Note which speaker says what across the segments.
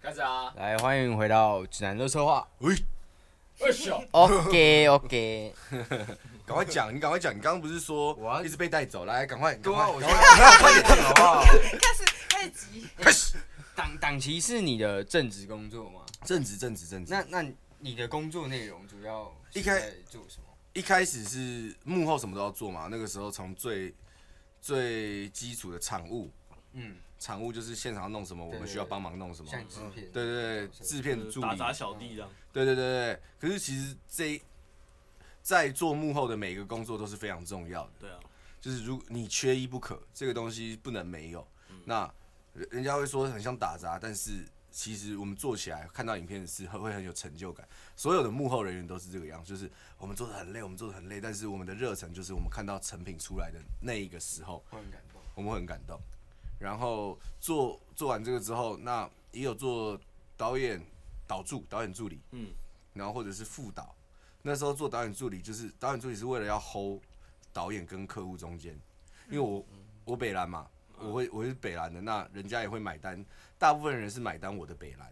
Speaker 1: 开始啊！
Speaker 2: 来，欢迎回到指南热策 划。喂，
Speaker 1: 二小，
Speaker 3: OK OK，
Speaker 4: 赶快讲，你赶快讲，你刚刚不是说
Speaker 2: 我要
Speaker 4: 一直被带走？来，赶快，赶
Speaker 2: 对
Speaker 4: 快
Speaker 2: 啊，，我觉得快点好不好？
Speaker 5: 开始开始急，
Speaker 4: 开始。
Speaker 2: 党党旗是你的正职工作吗？
Speaker 4: 正直，正直，正直。
Speaker 2: 那那你的工作内容主要是
Speaker 4: 一开
Speaker 2: 在做什么？
Speaker 4: 一开始是幕后什么都要做嘛，那个时候从最最基础的场务，
Speaker 2: 嗯，
Speaker 4: 场务就是现场要弄什么，我
Speaker 2: 对
Speaker 4: 们需要帮忙弄什么。
Speaker 2: 像制片。
Speaker 4: 对对对，制片助
Speaker 1: 打
Speaker 4: 理，
Speaker 1: 杂小弟这样，
Speaker 4: 对对对对。可是其实这一在做幕后的每一个工作都是非常重要的。
Speaker 1: 对啊，
Speaker 4: 就是如你缺一不可，这个东西不能没有。那人人家会说很像打杂，但是其实我们做起来看到影片是很会很有成就感。所有的幕后人员都是这个样，就是我们做的很累，我们做的很累，但是我们的热忱就是我们看到成品出来的那一个时候，
Speaker 2: 会很感动。
Speaker 4: 我们会很感动。然后做做完这个之后，那也有做导演导助、导演助理，
Speaker 1: 嗯，
Speaker 4: 然后或者是副导。那时候做导演助理，就是导演助理是为了要 hold 导演跟客户中间，因为我我北兰嘛，我会我是北兰的，那人家也会买单，大部分人是买单我的北兰，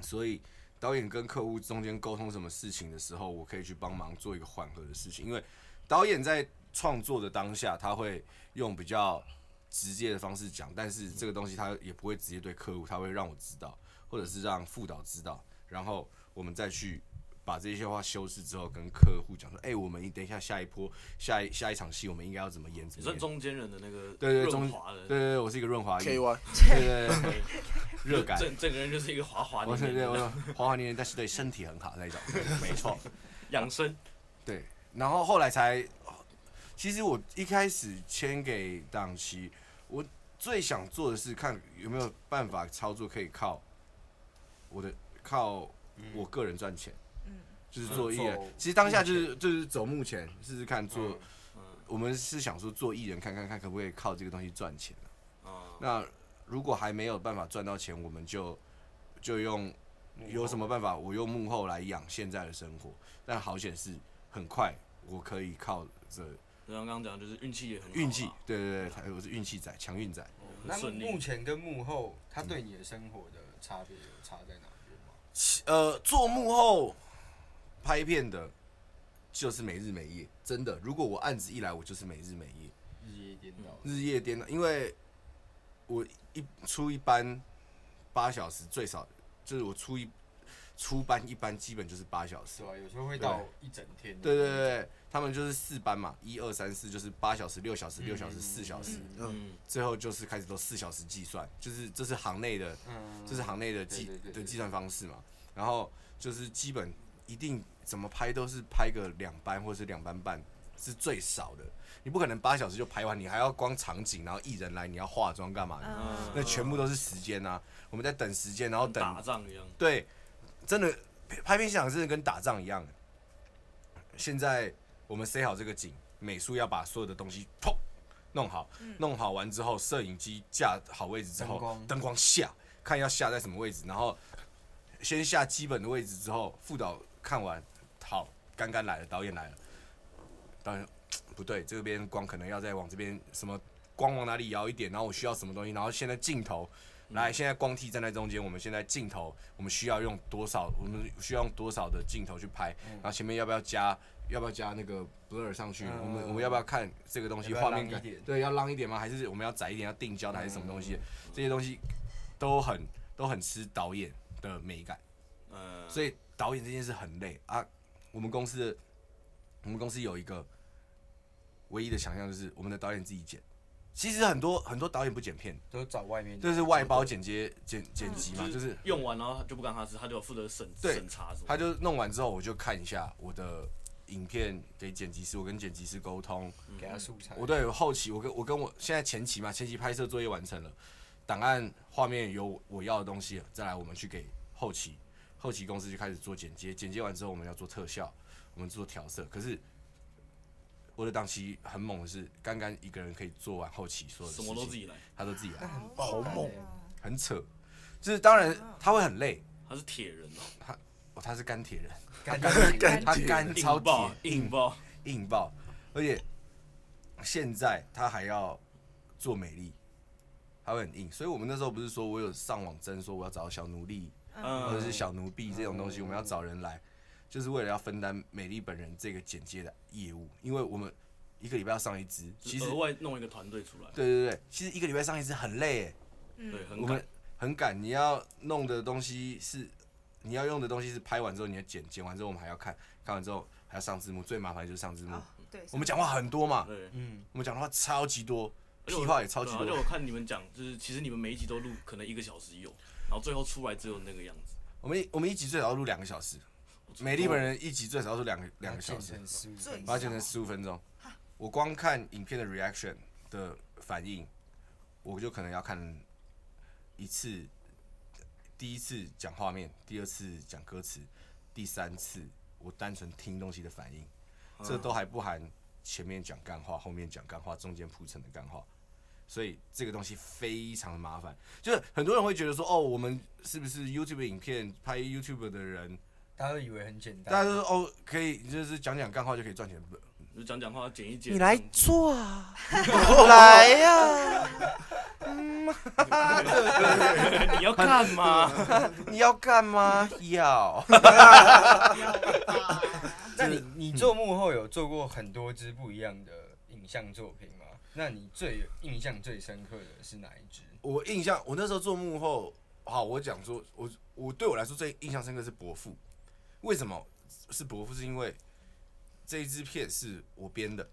Speaker 4: 所以导演跟客户中间沟通什么事情的时候，我可以去帮忙做一个缓和的事情，因为导演在创作的当下，他会用比较直接的方式讲，但是这个东西他也不会直接对客户，他会让我知道，或者是让副导知道，然后我们再去把这些话修饰之后，跟客户讲说，哎、我们等一下下一波下一下一场戏，我们应该要怎么演怎
Speaker 1: 你
Speaker 4: 么
Speaker 1: 算
Speaker 4: 演。
Speaker 1: 中间人的那个
Speaker 4: 对对
Speaker 1: 润
Speaker 4: 中
Speaker 1: 滑的，
Speaker 4: 对对对，我是一个润滑液，
Speaker 6: K
Speaker 4: 对
Speaker 6: Y，
Speaker 4: 对对，对热感。
Speaker 1: 整整个人就是一个滑滑
Speaker 4: 我是对，
Speaker 1: 的
Speaker 4: 我说滑滑黏黏，但是对身体很好那一种，没错。
Speaker 1: 养生，
Speaker 4: 对，然后后来才，其实我一开始签给档期，我最想做的是看有没有办法操作可以靠我的靠我个人赚钱，
Speaker 5: 嗯
Speaker 4: 就是做艺人
Speaker 2: 走。
Speaker 4: 其实当下就是就是走目前试试看做，
Speaker 1: 嗯
Speaker 4: 我们是想说做艺人看看看可不可以靠这个东西赚钱。
Speaker 1: 啊，
Speaker 4: 那如果还没有办法赚到钱，我们就就用有什么办法，我用幕后来养现在的生活。但好险是很快，我可以靠着
Speaker 1: 就像刚刚讲，就是运气也很好啊
Speaker 4: 运气，对对对他，我是运气仔，强运仔。
Speaker 2: 那
Speaker 1: 很顺
Speaker 2: 目
Speaker 1: 利，
Speaker 2: 前跟幕后，他对你的生活的差别有差在哪边吗？
Speaker 4: 呃，做幕后拍片的，就是没日没夜，真的。如果我案子一来，我就是没日没夜。
Speaker 2: 日夜颠倒。
Speaker 4: 日夜颠倒，因为我一出一班八小时最少，就是我出一出班一班基本就是八小时
Speaker 2: 是。吧？有时候会到一整天。
Speaker 4: 对对对，对，他们就是四班嘛，一二三四就是八小时、六小时、六小时、四小时，
Speaker 1: 嗯，
Speaker 4: 最后就是开始都四小时计算，就是这是行内的，
Speaker 2: 嗯，
Speaker 4: 这是行内的
Speaker 2: 对
Speaker 4: 计
Speaker 2: 对对
Speaker 4: 的
Speaker 2: 对
Speaker 4: 计算方式嘛。然后就是基本一定怎么拍都是拍个两班或是两班半是最少的，你不可能八小时就拍完，你还要光场景，然后艺人来，你要化妆干嘛的，
Speaker 5: 嗯，
Speaker 4: 那全部都是时间啊。我们在等时间，然后
Speaker 1: 跟
Speaker 4: 等
Speaker 1: 打仗一样，
Speaker 4: 对，真的拍片现场真的跟打仗一样。现在我们塞好这个景，美术要把所有的东西砰弄好，弄好完之后，摄影机架好位置之
Speaker 2: 灯
Speaker 4: 后
Speaker 2: 光，
Speaker 4: 灯光下看要下在什么位置，然后先下基本的位置之后，副导看完，好，刚刚来了，导演来了，导演不对，这边光可能要再往这边什么光往哪里摇一点，然后我需要什么东西，然后现在镜头，来，现在光替站在中间，我们现在镜头，我们需要用多少，我们需要用多少的镜头去拍，然后前面要不要加，要不要加那个 blur 上去，
Speaker 2: 嗯
Speaker 4: 我们我们要不要看这个东西
Speaker 2: 要不要
Speaker 4: 画面
Speaker 2: 浪
Speaker 4: 感
Speaker 2: 一点，嗯
Speaker 4: 对，要浪一点吗？还是我们要窄一点，要定焦的还是什么东西？这些东西都很都很吃导演的美感。
Speaker 1: 嗯，
Speaker 4: 所以导演这件事很累啊。我们公司的，我们公司有一个唯一的强项就是我们的导演自己剪。其实很多很多导演不剪片，
Speaker 2: 都找外面的。
Speaker 4: 就是外包剪接剪剪辑嘛，
Speaker 1: 就
Speaker 4: 就是
Speaker 1: 用完然后就不干他事，他就有负责审
Speaker 4: 对
Speaker 1: 审查什么，
Speaker 4: 他就弄完之后，我就看一下我的影片给剪辑师，我跟剪辑师沟通，
Speaker 2: 给他素材。
Speaker 4: 我对后期，我跟我跟我现在前期嘛，前期拍摄作业完成了，档案画面有我要的东西了，再来我们去给后期，后期公司就开始做剪接，剪接完之后我们要做特效，我们做调色。可是我的档期很猛的是，刚刚一个人可以做完后期所有的
Speaker 1: 什么都自
Speaker 4: 己，
Speaker 1: 己来，
Speaker 4: 他都自己来，
Speaker 6: 好猛
Speaker 4: 很扯。就是当然他会很累，
Speaker 1: 他是铁人哦，
Speaker 4: 哦、他是干铁人，
Speaker 2: 干
Speaker 6: 干
Speaker 4: 他干 超
Speaker 1: 硬爆啊
Speaker 4: 铁
Speaker 1: 硬爆，
Speaker 4: 硬爆，而且现在他还要做美丽，它会很硬。所以我们那时候不是说我有上网征说我要找小奴隶
Speaker 1: 嗯，
Speaker 4: 或者是小奴婢这种东西，我们要找人来，就是为了要分担美丽本人这个剪接的业务，因为我们一个礼拜要上一支，
Speaker 1: 就
Speaker 4: 其
Speaker 1: 是
Speaker 4: 实
Speaker 1: 额外弄一个团队出来，
Speaker 4: 对对对，其实一个礼拜上一支很累耶，
Speaker 1: 对，很
Speaker 4: 我
Speaker 1: 感
Speaker 4: 们很赶，你要弄的东西是你要用的东西是拍完之后你要剪，剪完之后我们还要看，看完之后还要上字幕，最麻烦就是上字幕
Speaker 5: 哦。对，
Speaker 4: 我们讲话很多嘛，
Speaker 1: 对。
Speaker 2: 嗯，
Speaker 4: 我们讲的话超级多，
Speaker 1: 而且我
Speaker 4: 屁话也超级
Speaker 1: 对啊而且
Speaker 4: 多
Speaker 1: 我。看你们讲，就是其实你们每一集都录可能一个小时有，然后最后出来只有那个样子。
Speaker 4: 我们一我们一集最少要录两个小时，美丽本人一集最少要录两个两个小时，
Speaker 2: 时
Speaker 5: 最
Speaker 4: 把它剪成十五分钟。我光看影片的 reaction 的反应，我就可能要看一次，第一次讲画面，第二次讲歌词，第三次我单纯听东西的反应，这都还不含前面讲干话，后面讲干话，中间铺陈的干话。所以这个东西非常的麻烦，就是很多人会觉得说，哦，我们是不是 YouTube 影片拍 YouTube 的人，
Speaker 2: 大家都以为很简单，
Speaker 4: 大家都说哦，可以就是讲讲干话就可以赚钱，不
Speaker 1: 就讲讲话剪一剪。
Speaker 3: 你来
Speaker 1: 这样子
Speaker 3: 做 啊，来呀、
Speaker 1: 你要看吗？
Speaker 4: 你要干嘛？要。
Speaker 2: 那你你做幕后有做过很多支不一样的影像作品吗？那你最有印象最深刻的是哪一支？
Speaker 4: 我印象，我那时候做幕后，好，我讲说，我我对我来说最印象深刻是伯父。为什么是伯父？是因为这一支片是我编的，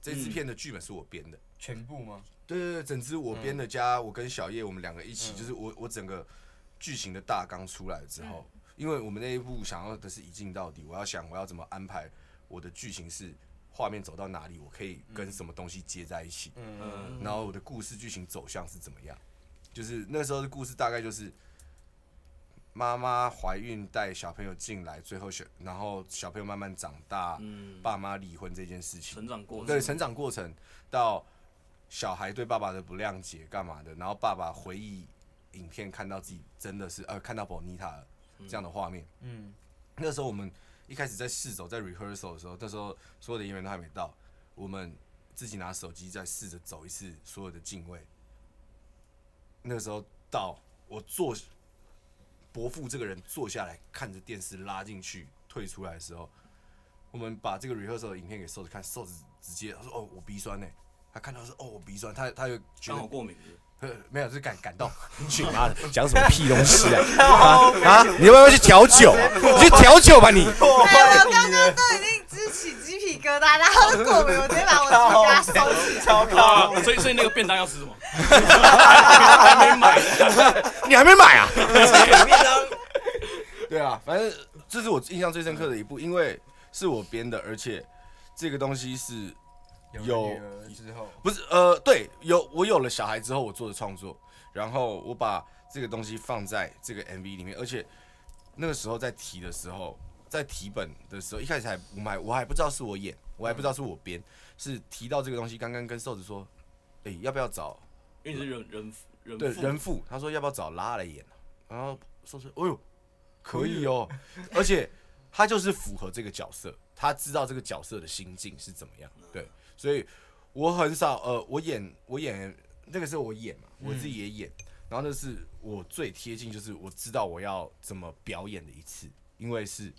Speaker 4: 这支片的剧本是我编的。
Speaker 2: 全部吗？
Speaker 4: 对对对，整支我编的加我跟小叶我们两个一起，就是我我整个剧情的大纲出来之后，因为我们那一部想要的是一镜到底，我要想我要怎么安排我的剧情是画面走到哪里，我可以跟什么东西接在一起。
Speaker 1: 嗯，
Speaker 4: 然后我的故事剧情走向是怎么样？就是那时候的故事大概就是妈妈怀孕带小朋友进来，最后小然后小朋友慢慢长大，爸妈离婚这件事
Speaker 1: 嗯
Speaker 4: 情
Speaker 1: 成，长过
Speaker 4: 对
Speaker 1: 程。
Speaker 4: 成长过程到小孩对爸爸的不谅解干嘛的，然后爸爸回忆影片看到自己真的是呃看到 Bonita 了这样的画面，
Speaker 2: 嗯，
Speaker 4: 那时候我们一开始在试走，在 rehearsal 的时候，那时候所有的演员都还没到，我们自己拿手机再试着走一次所有的镜位。那时候到我坐伯父这个人坐下来看着电视拉进去退出来的时候，我们把这个 rehearsal 的影片给瘦子看，瘦子直接他说：“哦，我鼻酸呢、他看到说：“哦，我鼻酸。他”他就觉
Speaker 1: 刚好
Speaker 4: 得
Speaker 1: 过敏是不是
Speaker 4: 呃没有，就是感感动。去你妈的，讲什么屁东西 啊！啊啊！你要不要去调酒啊？你去调酒吧你！
Speaker 5: 哎，我刚刚都已经支起鸡皮疙瘩，然后过敏，我直接把我的鸡皮疙瘩收起来。
Speaker 2: 超
Speaker 1: 啊， 所以所以那个便当要吃什么？ 还没买呢。
Speaker 4: 你还没买啊？ 对啊，反正这是我印象最深刻的一部，因为是我编的，而且这个东西是
Speaker 2: 有
Speaker 4: 有
Speaker 2: 了女儿之后，
Speaker 4: 不是呃对有我有了小孩之后我做的创作，然后我把这个东西放在这个 MV 里面，而且那个时候在提的时候，在提本的时候，一开始还我们还我还不知道是我演，我还不知道是我编，是提到这个东西，刚刚跟瘦子说，哎、要不要找
Speaker 1: 因为你是人人人
Speaker 4: 对
Speaker 1: 父
Speaker 4: 人父，他说要不要找拉来演，然后说是，哎呦，可以哦， 而且他就是符合这个角色，他知道这个角色的心境是怎么样，
Speaker 1: 嗯
Speaker 4: 对，所以我很少呃，我演我演那个时候我演嘛，
Speaker 1: 嗯
Speaker 4: 我自己也演，然后那是我最贴近，就是我知道我要怎么表演的一次，因为是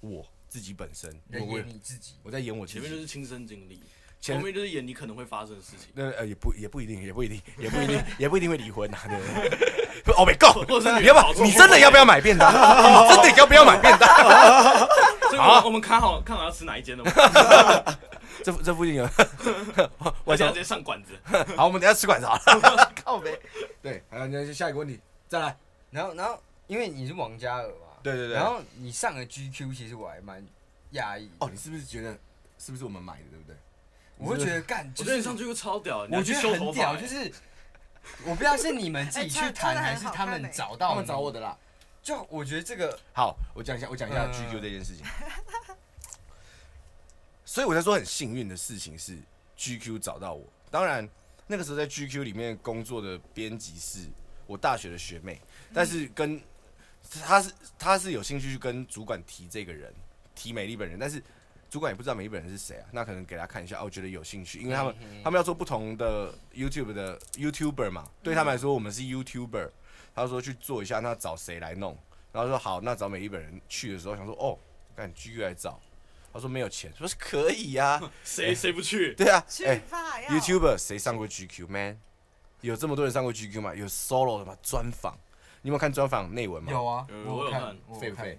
Speaker 4: 我自己本身，
Speaker 2: 人
Speaker 4: 我
Speaker 2: 演你自己，
Speaker 4: 我在演我自
Speaker 1: 前面就
Speaker 4: 己，
Speaker 1: 是亲身经历，
Speaker 4: 前
Speaker 1: 后面就是演你可能会发生的事 情，
Speaker 4: 那呃也不也不一定，也不一定，也不一定，也不一定会离婚呐、啊，对不对？Oh my god！
Speaker 1: 或者是
Speaker 4: 你要不要？你真的要不要买便 当？你真的要不要买便当？
Speaker 1: 所以我们我们看好看好要吃哪一间了吗？
Speaker 4: 这这附近有，
Speaker 1: 我
Speaker 4: 我
Speaker 1: 想
Speaker 4: 想
Speaker 1: 直接上馆子。
Speaker 4: 好，我们等一下吃馆子好了。 靠呗。对，还有那下一个问题，再来。
Speaker 2: 然后然后因为你是王嘉尔嘛，
Speaker 4: 对对对
Speaker 2: 然后你上了 GQ，其实我还蛮讶异的，
Speaker 4: 哦，你是不是觉得是不是我们买的，对不对？
Speaker 2: 我会觉得干，
Speaker 1: 我
Speaker 2: 就
Speaker 1: 觉得
Speaker 2: 是
Speaker 1: 你上去会超屌，你要
Speaker 2: 我
Speaker 1: 去
Speaker 2: 觉
Speaker 1: 修
Speaker 2: 得
Speaker 1: 头
Speaker 2: 很
Speaker 1: 发
Speaker 4: 哎
Speaker 2: 屌，
Speaker 1: 欸，
Speaker 2: 就是我不知道是你们自己去谈，还是哎他们找到你
Speaker 4: 他们找我。的啦。
Speaker 2: 就我觉得这个
Speaker 4: 好，我讲一下，我讲一下
Speaker 2: 嗯
Speaker 4: GQ 这件事情。 所以我才说很幸运的事情是 GQ 找到我。当然，那个时候在 GQ 里面工作的编辑是我大学的学妹，但是跟她是她是有兴趣去跟主管提这个人，提美丽本人，但是主管也不知道每一本人是谁啊，那可能给他看一下，哦，我觉得有兴趣，因为他们
Speaker 2: 嗯嗯
Speaker 4: 他们要做不同的 YouTube 的 YouTuber 嘛，对他们来说我们是 YouTuber，他说去做一下，那找谁来弄？然后说好，那找每一本人去的时候想说，哦，赶剧来找，他说没有钱，说是可以呀、啊，
Speaker 1: 谁谁不去？
Speaker 4: 对啊，哎、
Speaker 5: 去吧，要
Speaker 4: YouTuber 谁上过 GQ man？有这么多人上过 GQ 吗？有 solo 的吗？专访？你有没有看专访内文吗？
Speaker 2: 有啊，
Speaker 1: 有
Speaker 2: 我
Speaker 1: 我有
Speaker 2: 看
Speaker 1: 看，
Speaker 2: 我有
Speaker 4: 废不
Speaker 2: 看
Speaker 4: 废？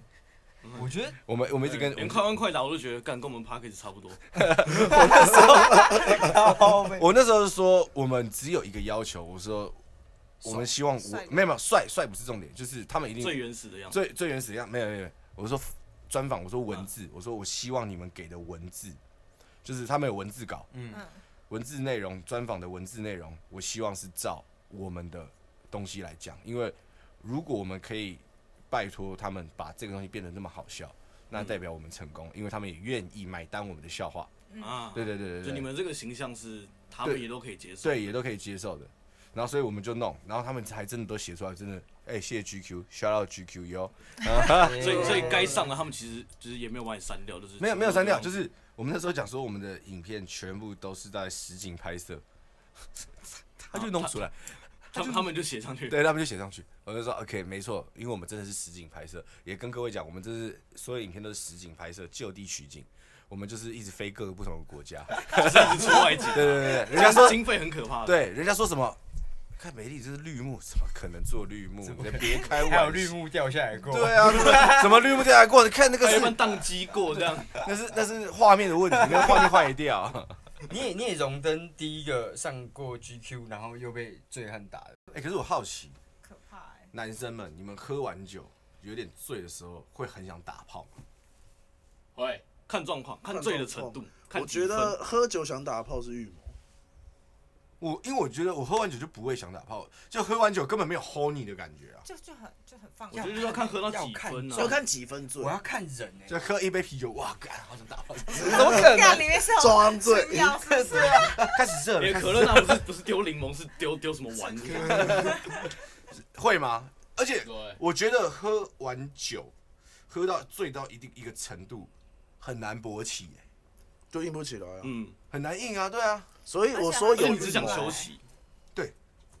Speaker 2: 我觉 得
Speaker 4: 我们我们一直跟
Speaker 1: 连快问快答我都觉得干跟我们 p a c k a g e 差 不多。
Speaker 2: 靠背
Speaker 4: 我那时候是说，我们只有一个要求，我说我们希望我
Speaker 5: 帅
Speaker 4: 没有没有帅帅不是重点，就是他们一定
Speaker 1: 最原始的样嗯子。
Speaker 4: 最最原始的样，没有没有，没有我说专访，我说文字，我说我希望你们给的文字，就是他们有文字稿，
Speaker 2: 嗯
Speaker 5: 嗯
Speaker 4: 文字内容专访的文字内容，我希望是照我们的东西来讲，因为如果我们可以拜托他们把这个东西变得那么好笑，
Speaker 1: 嗯
Speaker 4: 那代表我们成功，因为他们也愿意买单我们的笑话。
Speaker 1: 啊，
Speaker 4: 对对对对对，
Speaker 1: 就你们这个形象是他们
Speaker 4: 对
Speaker 1: 也都可以接受。
Speaker 4: 对，也都可以接受的。然后所以我们就弄，然后他们还真的都写出来，真的，哎、谢谢 GQ，shout out GQ 哟。
Speaker 1: 所以所以该上的他们其实就是也没有把你删掉，就是
Speaker 4: 没有没有删掉，就是我们那时候讲说我们的影片全部都是在实景拍摄， 他就弄出来，
Speaker 1: 他们他们就写上去。
Speaker 4: 对他们就写上去。我就说 OK，没错，因为我们真的是实景拍摄，也跟各位讲，我们这是所有影片都是实景拍摄，就地取景。我们就是一直飞各个不同的国家，
Speaker 1: 就是一直出外景。
Speaker 4: 对对对，对人
Speaker 1: 人家
Speaker 4: 家说
Speaker 1: 说经费很可怕的。，
Speaker 4: 对，人家说什么？看美丽这是绿幕，怎么可能做绿幕？你别开玩笑，
Speaker 2: 还有绿幕掉下来过，
Speaker 4: 对啊， 什么绿幕掉下来过？你看那个
Speaker 1: 还有
Speaker 4: 是
Speaker 1: 一半宕机过这样。
Speaker 4: 那是那是画面的问题，那个画面坏掉。
Speaker 2: 你也你也荣登第一个上过 GQ，然后又被醉汉打的，
Speaker 4: 哎、可是我好奇，
Speaker 5: 可怕哎，
Speaker 4: 男生们，你们喝完酒有点醉的时候，会很想打炮吗？
Speaker 1: 喂，看状况，看醉的程度，看
Speaker 3: 我
Speaker 1: 几
Speaker 3: 觉
Speaker 1: 分
Speaker 3: 得喝酒想打炮是预谋。
Speaker 4: 我因为我觉得我喝完酒就不会想打炮，就喝完酒根本没有 horny 的感觉啊。
Speaker 5: 就就很就很放
Speaker 1: 我觉得
Speaker 5: 松。
Speaker 1: 就要看喝到几
Speaker 2: 要看
Speaker 1: 分
Speaker 3: 要
Speaker 1: 啊。
Speaker 3: 看几分醉
Speaker 2: 我，要看人哎、
Speaker 4: 就喝一杯啤酒，哇，干，好想打炮，
Speaker 2: 怎么可
Speaker 5: 看里面是有
Speaker 3: 装醉
Speaker 5: 春药是不是？
Speaker 4: 开始热
Speaker 1: 因为
Speaker 4: 了，开
Speaker 1: 可
Speaker 4: 始
Speaker 1: 乐那不是不是丢柠檬，是丢丢 什么丸子？
Speaker 4: 会吗？而且
Speaker 1: 对，
Speaker 4: 我觉得喝完酒，喝到醉到一定一个程度，很难勃起、欸，
Speaker 3: 就硬不起来啊。
Speaker 1: 嗯，
Speaker 4: 很难硬啊，对啊。
Speaker 3: 所以我说
Speaker 5: 而且
Speaker 1: 就
Speaker 3: 有
Speaker 1: 你
Speaker 5: 还
Speaker 1: 只
Speaker 3: 预
Speaker 1: 想
Speaker 3: 谋啊
Speaker 1: 休息，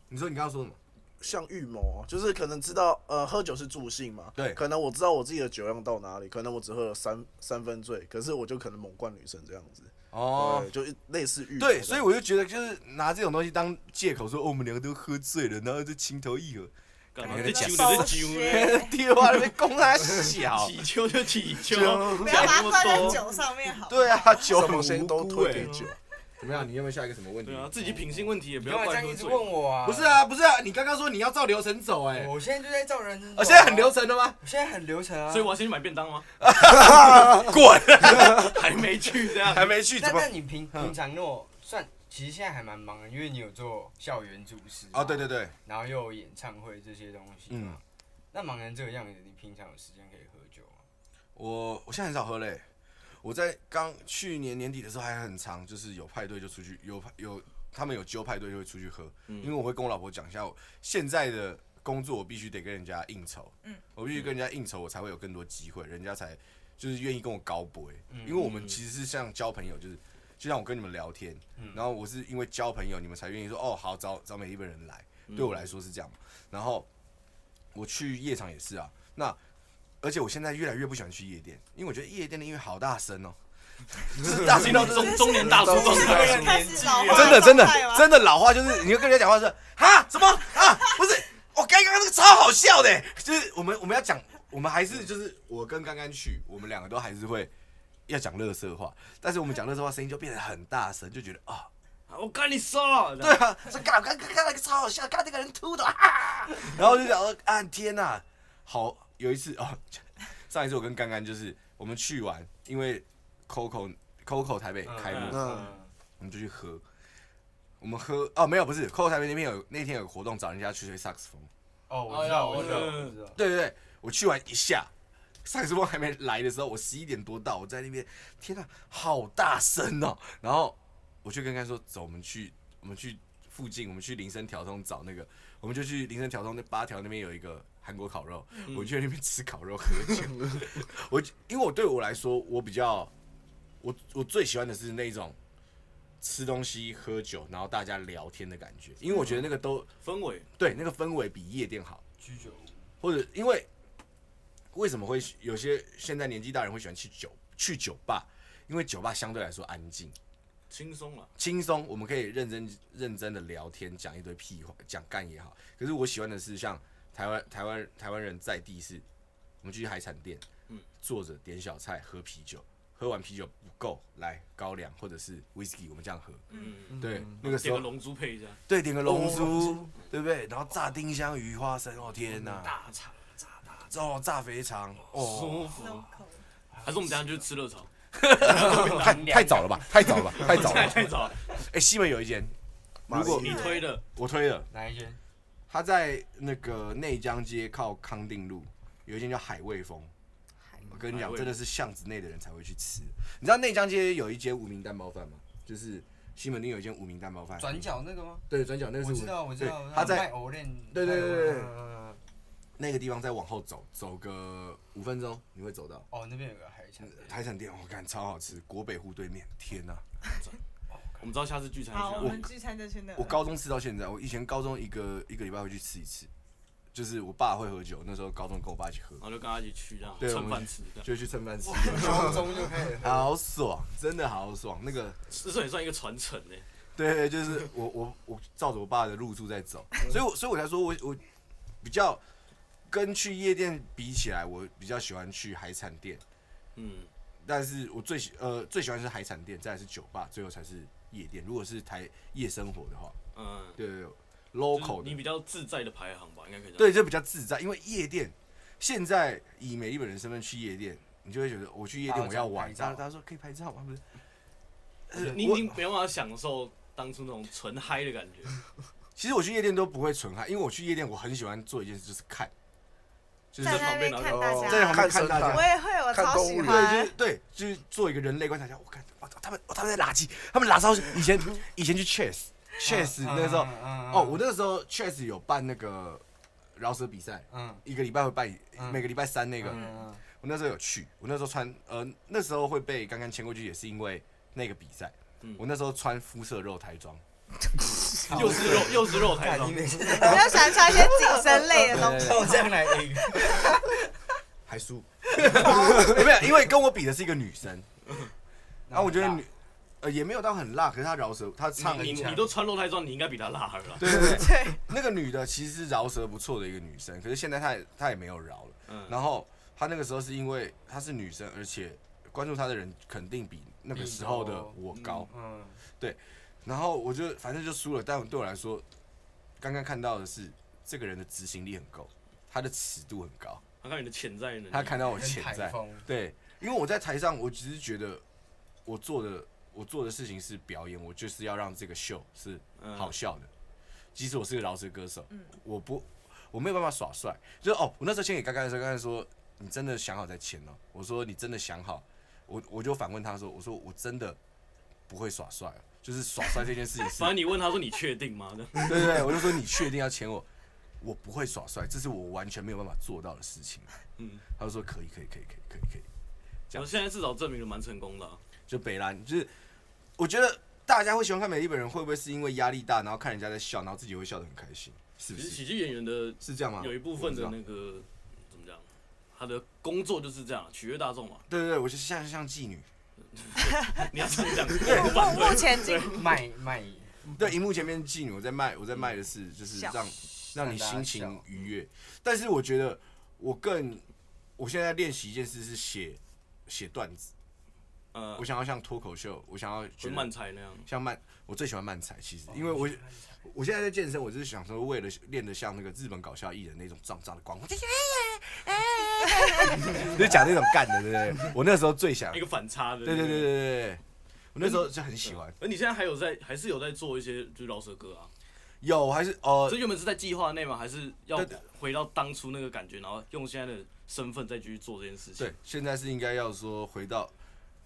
Speaker 4: 你说你刚刚说什么？
Speaker 3: 像预谋啊，就是可能知道，呃，喝酒是助兴嘛，
Speaker 4: 对
Speaker 3: 可能我知道我自己的酒量到哪里，可能我只喝了三三分醉，可是我就可能猛灌女生这样子，
Speaker 4: 哦
Speaker 3: 对，就类似预谋这
Speaker 4: 对，
Speaker 3: 样
Speaker 4: 所以我就觉得就是拿这种东西当借口说，哦，我们两个都喝醉了，然后就情投意合，
Speaker 1: 干
Speaker 4: 感
Speaker 1: 嘛？
Speaker 4: 觉
Speaker 1: 在
Speaker 4: 在
Speaker 1: 揪
Speaker 4: 讲
Speaker 1: 的在揪 嘞，
Speaker 4: 丢啊，那边攻他小，
Speaker 1: 起揪就起揪，
Speaker 5: 不要把它灌
Speaker 1: 那
Speaker 5: 在
Speaker 1: 么多。
Speaker 5: 酒上面好。
Speaker 4: 对啊，酒
Speaker 3: 什
Speaker 4: 很
Speaker 3: 么先都
Speaker 4: 无辜
Speaker 3: 推
Speaker 4: 哎
Speaker 3: 给。酒，
Speaker 4: 怎么样？你有没有下一个什么问
Speaker 1: 对啊，自己品性问题也
Speaker 2: 你
Speaker 1: 不
Speaker 2: 干
Speaker 1: 要
Speaker 2: 嘛这
Speaker 1: 怪
Speaker 2: 样
Speaker 1: 喝
Speaker 2: 一直
Speaker 1: 醉。
Speaker 2: 问我啊？哦
Speaker 4: 不是，啊，不是啊，你刚刚说你要照流程走哎，
Speaker 2: 我现在就在照人、啊
Speaker 4: 我哦现在很流，程了吗？
Speaker 2: 我现在很流程啊。
Speaker 1: 所以我要先去买便当吗？
Speaker 4: 滚，
Speaker 1: 啊还没去这样。
Speaker 4: 还没 去
Speaker 2: 那
Speaker 4: 怎么嗯
Speaker 2: 那？你平平常那我算，其实现在还蛮忙的，因为你有做校园主持
Speaker 4: 哦，对对嗯对，
Speaker 2: 然后又有演唱会这些东西嘛。那忙成这个样子，你平常有时间可以喝酒吗？
Speaker 4: 我我现在很少喝嘞。我在刚去年年底的时候还很常，就是有派对就出去，有派有他们有揪派对就会出去喝，因为我会跟我老婆讲一下，我现在的工作我必须得跟人家应酬，
Speaker 5: 嗯
Speaker 4: 我必须跟人家应酬，我才会有更多机会，人家才就是愿意跟我高博、欸
Speaker 2: 嗯
Speaker 4: 因为我们其实是像交朋友，就是就像我跟你们聊天，
Speaker 2: 嗯
Speaker 4: 然后我是因为交朋友，你们才愿意说哦好找找每一个人来，
Speaker 1: 嗯
Speaker 4: 对我来说是这样嘛。然后我去夜场也是啊，那而且我现在越来越不喜欢去夜店，因为我觉得夜店的音乐好大声哦， 就是大声到 这种。
Speaker 1: 中中年大叔状
Speaker 5: 就是
Speaker 1: 态，
Speaker 5: 开始老化
Speaker 4: 真的真的
Speaker 5: 状态吗
Speaker 4: 真的老话就是，你就跟人家讲话是哈什么啊？不是，我刚刚那个超好笑的，就是我们我们要讲，我们还是就是我跟刚刚去，我们两个都还是会要讲乐色话，但是我们讲乐色话声音就变得很大声，就觉得啊，
Speaker 1: 我跟你说，
Speaker 4: 对啊， 说干刚刚刚那个超好笑，刚那个人秃的啊，然后就想说啊天哪、好有一次哦， 上一次我跟刚刚就是我们去玩，因为 Coco Coco 台北开幕。
Speaker 1: 嗯
Speaker 2: 嗯，
Speaker 4: 我们就去喝。我们喝哦，没有，不是 c o 台北那边有那天有个活动，找人家去吹萨克斯风。
Speaker 2: 哦，我知道，
Speaker 1: 哎呀
Speaker 2: 我知道，
Speaker 1: 嗯
Speaker 2: 我知道。
Speaker 4: 对对对，我去完一下，萨克斯风还没来的时候，我十一点多到，我在那边，天哪、好大声哦！然后我就跟他说，走，我们去，我们去附近，我们去林森条通找那个，我们就去林森条通那八条那边有一个韩国烤肉，我去那边吃烤肉喝酒。我因为我对我来说，我比较我我最喜欢的是那种吃东西、喝酒，然后大家聊天的感觉，因为我觉得那个都
Speaker 1: 氛围
Speaker 4: 对那个氛围比夜店好，
Speaker 2: 居酒屋，
Speaker 4: 或者因为为什么会有些现在年纪大人会喜欢去酒去酒吧？因为酒吧相对来说安静。
Speaker 1: 轻松了，
Speaker 4: 轻松，我们可以认真认真的聊天，讲一堆屁话，讲干也好。可是我喜欢的是像台湾台湾台湾人在地是，我们去海产店，
Speaker 1: 嗯
Speaker 4: 坐着点小菜，喝啤酒，喝完啤酒不够，来高粱或者是 whisky，我们这样喝。
Speaker 1: 嗯，
Speaker 4: 对，那个时
Speaker 1: 点个
Speaker 4: 候
Speaker 1: 龙珠配一下，
Speaker 4: 对点个龙
Speaker 3: 哦龙
Speaker 4: 珠，对不对？然后炸丁香鱼花生，哦天哪，
Speaker 1: 大肠炸大，
Speaker 4: 哦炸肥肠，哦
Speaker 1: 舒服。还是我们等一下就去吃热炒，
Speaker 4: 太太早了吧，太早了吧，太早
Speaker 1: 太
Speaker 4: 了。
Speaker 1: 太早了，
Speaker 4: 哎，西门有一间，如果
Speaker 3: 马
Speaker 1: 你
Speaker 3: 里
Speaker 1: 推的，
Speaker 4: 我推了。
Speaker 2: 哪一间？
Speaker 4: 他在那个内江街靠康定路有一间叫海味风，我跟你
Speaker 1: 海
Speaker 4: 讲，
Speaker 1: 味
Speaker 4: 真的是巷子内的人才会去吃。你知道内江街有一间无名蛋包饭吗？就是西门町有一间无名蛋包饭，
Speaker 2: 转角那个吗？
Speaker 4: 对转角哎那个是
Speaker 2: 我
Speaker 4: 无
Speaker 2: 知道，我知道，
Speaker 4: 对他在
Speaker 2: 卖藕链，
Speaker 4: 对对对对对
Speaker 2: 嗯嗯嗯嗯
Speaker 4: 那个地方再往后走，走个五分钟你会走到
Speaker 2: 哦，那边有个海产店，
Speaker 4: 海产店，我看超好吃，国北湖对面，天哪、
Speaker 1: 我们知道下次聚餐
Speaker 5: 好，
Speaker 1: 一啊
Speaker 5: 我
Speaker 1: 下
Speaker 5: 们。聚餐就去那。
Speaker 4: 我高中吃到现在，我以前高中一个一个礼拜会去吃一次，就是我爸会喝酒，那时候高中跟我爸一起喝
Speaker 1: 然，后就跟他一起去这样
Speaker 4: 对
Speaker 1: 蹭饭吃，这样
Speaker 4: 就会去蹭饭吃，
Speaker 2: 高中就开始喝。
Speaker 4: 好爽，真的好爽，那个。
Speaker 1: 这算也算一个传承呢。
Speaker 4: 对，就是我我我照着我爸的路数在走，所以我所以我才说我我比较跟去夜店比起来，我比较喜欢去海产店，
Speaker 1: 嗯，
Speaker 4: 但是我最喜呃最喜欢是海产店，再来是酒吧，最后才是夜店。如果是台夜生活的话，
Speaker 1: 嗯，
Speaker 4: 对对对
Speaker 1: 就是
Speaker 4: ，local
Speaker 1: 你比
Speaker 4: 的，
Speaker 1: 较自在的排行吧，应该可以这样。
Speaker 4: 对就比较自在，因为夜店现在以每一本人身份去夜店，你就会觉得我去夜店我要玩，
Speaker 2: 大
Speaker 4: 大
Speaker 2: 家想拍照
Speaker 4: 家啊大家说可以拍照吗？不是，
Speaker 1: 呃你
Speaker 4: 我
Speaker 1: 你没办法享受当初那种纯嗨的感觉，
Speaker 4: 其实我去夜店都不会纯嗨，因为我去夜店我很喜欢做一件事，就是看，就是
Speaker 5: 在
Speaker 1: 在
Speaker 5: 那
Speaker 1: 旁
Speaker 5: 边
Speaker 1: 边
Speaker 5: 看大
Speaker 3: 哦
Speaker 5: 家，
Speaker 4: 在旁边看
Speaker 3: 生
Speaker 4: 大家
Speaker 3: 态
Speaker 5: 我也会，我
Speaker 3: 看
Speaker 5: 超
Speaker 3: 动
Speaker 5: 喜
Speaker 3: 物园
Speaker 5: 欢。
Speaker 4: 对，就是做一个人类观察家。我看，哇，他们他们在垃圾，他们垃圾以前 以前去 Chess Chess 那个时候，
Speaker 2: 嗯嗯嗯
Speaker 4: 哦，我那个时候 Chess 有办那个饶舌比赛，
Speaker 2: 嗯
Speaker 4: 一个礼拜会办一，
Speaker 2: 嗯
Speaker 4: 每个礼拜三那个，
Speaker 2: 嗯嗯
Speaker 4: 我那时候有去，我那时候穿呃那时候会被刚刚签过去，也是因为那个比赛，
Speaker 1: 嗯
Speaker 4: 我那时候穿肤色肉台装，
Speaker 1: 又 是肉又是肉台
Speaker 2: 看
Speaker 1: 上
Speaker 2: 你，每次
Speaker 5: 你就喜欢穿一 些紧身类的东西。
Speaker 2: 都这样来赢，
Speaker 4: 还输，没有，因为跟我比的是一个女生，然后我觉得女呃也没有到很辣，可是她饶舌，她唱
Speaker 1: 你
Speaker 4: 很
Speaker 1: 你
Speaker 4: 强
Speaker 1: 你都穿肉台装，你应该比他辣了啦。
Speaker 4: 对对对。
Speaker 5: 对，
Speaker 4: 那个女的其实是饶舌不错的一个女生，可是现在她也她也没有饶了。
Speaker 1: 嗯，
Speaker 4: 然后她那个时候是因为她是女生，而且关注她的人肯定比那个时候的我高。
Speaker 2: 嗯，
Speaker 4: 然后我就反正就输了，但对我来说，刚刚看到的是这个人的执行力很够，他的尺度很高，
Speaker 1: 他看你的潜在能力，
Speaker 4: 他看到我
Speaker 2: 跟
Speaker 4: 潜
Speaker 2: 台
Speaker 4: 在。
Speaker 2: 风，
Speaker 4: 对，因为我在台上，我只是觉得我做的我做的事情是表演，我就是要让这个秀是
Speaker 1: 嗯
Speaker 4: 好笑的。即使我是个饶舌歌手，我不我没有办法耍帅。就是哦，我那时候签给刚刚的时候，刚刚说你真的想好再签哦。我说你真的想好，我我就反问他说，我说我真的不会耍帅哦，就是耍帅这件事情是
Speaker 1: 反正你问他说你确定 吗？这样
Speaker 4: 对对对，我就说你确定要签我，我不会耍帅，这是我完全没有办法做到的事情。啊
Speaker 1: 嗯，
Speaker 4: 他就说可以可以可以可以可以可以。这样
Speaker 1: 我现在至少证明的蛮成功的啊。
Speaker 4: 就北兰，就是我觉得大家会喜欢看美丽本人，会不会是因为压力大，然后看人家在笑，然后自己会笑得很开心，
Speaker 1: 其
Speaker 4: 是不
Speaker 1: 实
Speaker 4: 是？
Speaker 1: 喜剧演员的
Speaker 4: 是这样吗？
Speaker 1: 有一部分的
Speaker 4: 我不知道
Speaker 1: 那个怎么讲，他的工作就是这样，取悦大众 嘛。
Speaker 4: 对对对，我就像像妓女，
Speaker 1: 你要这样 讲，我不反
Speaker 5: 幕幕
Speaker 1: 对。
Speaker 5: 前景
Speaker 2: 卖卖
Speaker 1: 嗯
Speaker 4: 对，荧幕前面妓女，我在卖，我在卖的是就是
Speaker 5: 笑
Speaker 4: 让让你
Speaker 2: 让大家
Speaker 4: 心情
Speaker 2: 笑
Speaker 4: 愉悦。但是我觉得我更，我现在练习一件事是写写段子，
Speaker 1: 呃
Speaker 4: 我，想要像脱口秀，我想要觉
Speaker 1: 跟
Speaker 4: 得
Speaker 1: 漫才那样，
Speaker 4: 像慢，我最喜欢慢踩，其
Speaker 2: 哦
Speaker 4: 实，因为我我现在在健身，我就是想说，为了练得像那个日本搞笑艺人那种壮壮的光，我就觉得哎呀哎 呀就是讲那种干的，对不对？我那时候最想，
Speaker 1: 一
Speaker 4: 对
Speaker 1: 个反差的。
Speaker 4: 对对对对对，对我那时候就很喜欢。
Speaker 1: 而你现在还有在，还是有在做一些就是饶舌歌啊？
Speaker 4: 有还是哦
Speaker 1: 所，以原本是在计划内吗？还是要
Speaker 4: 对对
Speaker 1: 回到当初那个感觉，然后用现在的身份再继续做这件事情？
Speaker 4: 对，，现在是应该要说回到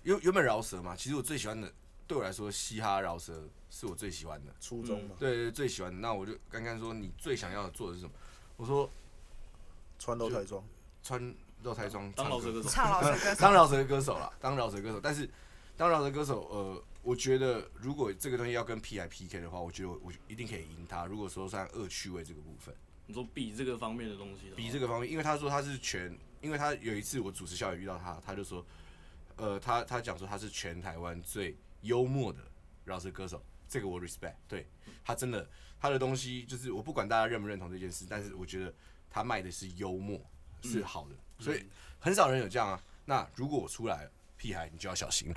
Speaker 4: 原原本饶舌嘛，其实我最喜欢的，对我来说，嘻哈饶舌是我最喜欢的。
Speaker 3: 初中嘛，
Speaker 4: 嗯对对，最喜欢的。那我就刚刚说你最想要做的是什么？我说
Speaker 3: 穿楼台装，
Speaker 4: 穿肉台装
Speaker 1: 当
Speaker 4: 唱
Speaker 1: 饶
Speaker 4: 歌
Speaker 1: 舌歌手，
Speaker 5: 唱老师歌
Speaker 4: 当饶舌歌
Speaker 5: 手，
Speaker 4: 手啦，当饶舌歌手，但是当饶舌歌手，呃，我觉得如果这个东西要跟 P 来 PK 的话，我觉得我我一定可以赢他。如果说算恶趣味这个部分，
Speaker 1: 你说比这个方面的东西的话，
Speaker 4: 比这个方面，因为他说他是全，因为他有一次我主持校园遇到他，他就说，呃，他他讲说他是全台湾最幽默的饶舌歌手，这个我 respect，对他真的他的东西就是我不管大家认不认同这件事，但是我觉得他卖的是幽默，
Speaker 1: 嗯
Speaker 4: 是好的，所以很少人有这样啊。那如果我出来了，屁孩你就要小心了，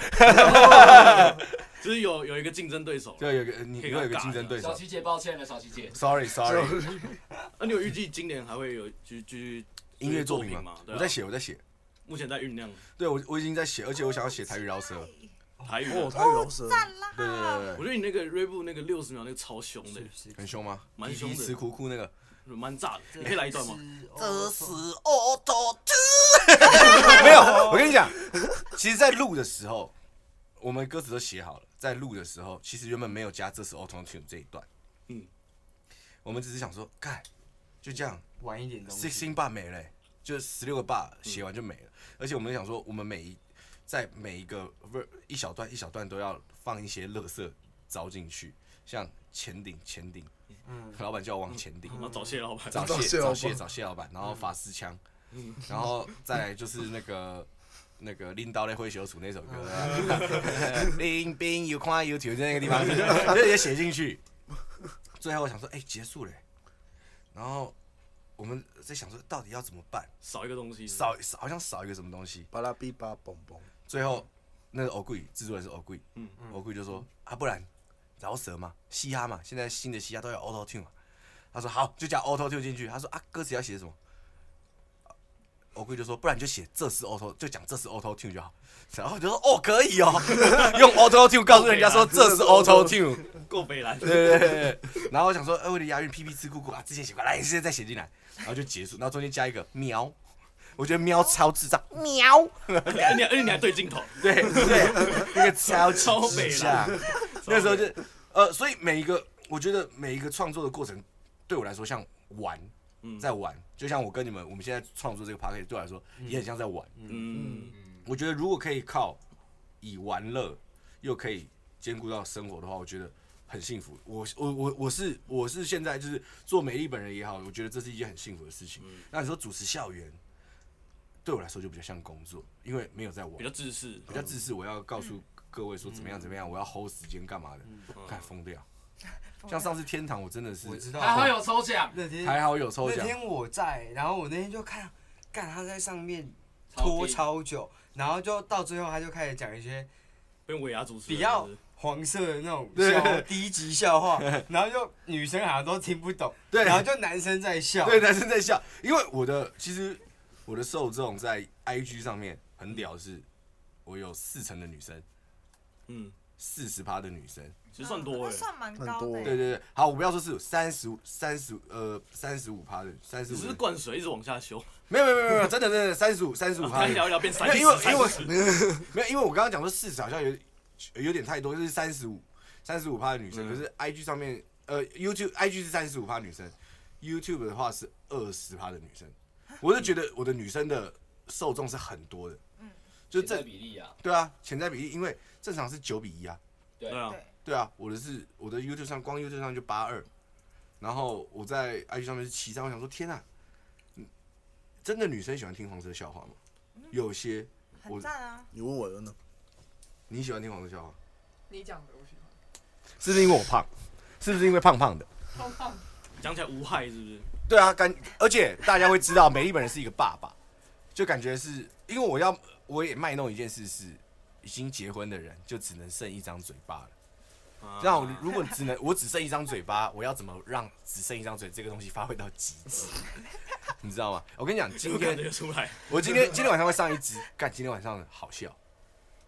Speaker 1: 就是有有一个竞争对手。啊
Speaker 4: 对，有一个呃你
Speaker 1: 可
Speaker 4: 会
Speaker 1: 以
Speaker 4: 有一
Speaker 1: 跟
Speaker 4: 个
Speaker 1: 他
Speaker 4: 竞争
Speaker 1: 尬
Speaker 4: 对
Speaker 6: 小
Speaker 4: 手。
Speaker 6: 琪姐，抱歉了，小琪姐。
Speaker 4: Sorry Sorry，
Speaker 1: 那啊你有预计今年还会有继继续
Speaker 4: 音乐作
Speaker 1: 品
Speaker 4: 品
Speaker 1: 吗
Speaker 4: 吗？？
Speaker 1: 对啊
Speaker 4: 我在，写，我在写，
Speaker 1: 目前在酝酿
Speaker 4: 对我我已经在写，而且我想要写台语饶舌。
Speaker 1: 台语的。
Speaker 3: 哦，他饶舌，
Speaker 5: 赞啦！
Speaker 4: 对对对对
Speaker 1: 我觉得你那个 r a p 那个六十秒那个超凶的，
Speaker 4: 对，很凶吗？
Speaker 1: 蛮凶的
Speaker 4: 吃苦苦那个。
Speaker 1: 蛮炸的，你可以来一段吗？
Speaker 4: 这是我的 没有，我跟你 讲，其实，在录的时候，我们歌词都写好了，在录的时候，其实原本没有加这是 auto tune 这一段。
Speaker 1: 嗯
Speaker 4: 嗯，我们只是想说，盖就这样
Speaker 2: 晚一点东西。
Speaker 4: ，sixteen 把没了欸、就十六个
Speaker 1: 嗯
Speaker 4: 把写完就没了。而且我们想说，我们每一在每一个不是一小段一小段都要放一些乐色招进去，像前顶前顶，
Speaker 2: 嗯，
Speaker 4: 老板叫我往前顶，
Speaker 1: 然后找谢老板，
Speaker 4: 找
Speaker 3: 找
Speaker 4: 谢
Speaker 3: 谢老
Speaker 4: 找
Speaker 3: 板
Speaker 4: 谢找谢老板，然后法师枪，然后再来就是那个那个拎刀的挥手鼠那首歌， 拎兵有看有球在那个地方，就也写进去。最后我想说，哎、结束了欸、然后我们在想说，到底要怎么办？
Speaker 1: 少一个东西，
Speaker 4: 少少好像少一个什么东西。
Speaker 3: 巴拉比巴嘣嘣，
Speaker 4: 最后那个欧贵制作人是欧贵，
Speaker 1: 嗯
Speaker 4: 嗯，欧贵就说啊，不然饶舌嘛，嘻哈嘛，现在新的嘻哈都要 auto tune 嘛。他说好，就加 auto tune 进去。他说啊，歌词要写什么？欧贵就说，不然你就写这是 auto，就讲这是 auto tune 就好。然后我就说哦，可以哦，用 auto tune 告诉人家说这是 auto tune。
Speaker 1: 够北蓝，
Speaker 4: 对对对对。然后我想说，呃，为了押韵，P P 吃酷酷啊，之前写过来，现在再写进来，然后就结束。然后中间加一个喵，我觉得喵超智障，喵。
Speaker 1: 而且你还而且你还对镜头，
Speaker 4: 对对，那个超级
Speaker 1: 超美
Speaker 4: 智
Speaker 1: 啦
Speaker 4: 障。 那时候就呃，所以每一个我觉得每一个创作的过程对我来说像玩，
Speaker 1: 嗯
Speaker 4: 在玩，就像我跟你们我们现在创作这个 p a c k a g e 对我来说也很像在玩。
Speaker 1: 嗯，
Speaker 4: 我觉得如果可以靠以玩乐又可以兼顾到生活的话，我觉得很幸福。我我我我是我是现在就是做美丽本人也好，我觉得这是一件很幸福的事情。那你说主持校园，对我来说就比较像工作，因为没有在玩
Speaker 1: 比较。自私，
Speaker 4: 比较自私，我要告诉各位说怎么样怎么样，我要 hold 时间干嘛的，看疯嗯 掉。像上次天堂，我真的是
Speaker 2: 嗯我知道。
Speaker 6: 还好有抽奖，
Speaker 2: 那天
Speaker 4: 还好有抽
Speaker 2: 那
Speaker 4: 奖，
Speaker 2: 天我在，然后我那天就看，干他在上面
Speaker 6: 超
Speaker 2: 拖
Speaker 6: 低
Speaker 2: 超久，然后就到最后他就开始讲一些
Speaker 1: 被尾牙主持人
Speaker 2: 比较
Speaker 1: 是不
Speaker 2: 黄色的那种
Speaker 4: 对
Speaker 2: 笑低级笑 话，然后就女生好像都听不懂，
Speaker 4: 对
Speaker 2: 然后就男生在笑，
Speaker 4: 对男生在笑，因为我的其实我的受众在 IG 上面很屌，是我有四成的女生，
Speaker 1: 是，嗯，
Speaker 4: 四十趴的女生，
Speaker 1: 其实算多
Speaker 5: 那
Speaker 1: 哎，
Speaker 5: 算蛮高
Speaker 3: 很多
Speaker 5: 的欸。
Speaker 4: 对对对，好，我不要说是三十五、三十呃三十五趴的三十
Speaker 1: 你
Speaker 4: 五
Speaker 1: 是不，是灌水一直往下修？
Speaker 4: 没有没有没有没有，真的真的三十五三十五
Speaker 1: 然后他
Speaker 4: 趴
Speaker 1: 一
Speaker 4: 的女
Speaker 1: 聊一聊变
Speaker 4: 没
Speaker 1: 三
Speaker 4: 有，
Speaker 1: 十，
Speaker 4: 因为因为
Speaker 1: 30
Speaker 4: 没有，因为我刚刚讲说四十好像有有点太多，就是三十五三十五趴的女生，
Speaker 1: 嗯
Speaker 4: 可是 IG 上面呃 YouTube IG 是三十五趴女生，YouTube 的话是二十趴的女生，我就觉得我的女生的受众是很多的，嗯，就
Speaker 6: 这
Speaker 4: 正
Speaker 6: 比例啊，
Speaker 4: 对啊，潜在比例，因为正常是九比一啊，
Speaker 6: 对
Speaker 1: 对啊，
Speaker 5: 对，
Speaker 4: 对啊，我的是我的 YouTube 上光 YouTube 上就八二，然后我在 IG 上面是七三，我想说天啊，嗯真的女生喜欢听黄色笑话吗？有些
Speaker 5: 很赞啊！
Speaker 3: 你问我恩呢？
Speaker 4: 你喜欢听黄色笑话吗？
Speaker 7: 你讲的我喜欢，
Speaker 4: 是不是因为我胖？是不是因为胖胖的？
Speaker 7: 超棒。
Speaker 1: 讲起来无害是不是？
Speaker 4: 对啊，感而且大家会知道美丽本人是一个爸爸，就感觉是因为我要我也卖弄一件事是，已经结婚的人就只能剩一张嘴巴了。
Speaker 1: 啊
Speaker 4: 那我如果只能我只剩一张嘴巴，我要怎么让只剩一张嘴这个东西发挥到极致？你知道吗？我跟你讲，今
Speaker 1: 就感
Speaker 4: 天
Speaker 1: 觉出来
Speaker 4: 我今天今天晚上会上一集，干今天晚上好笑。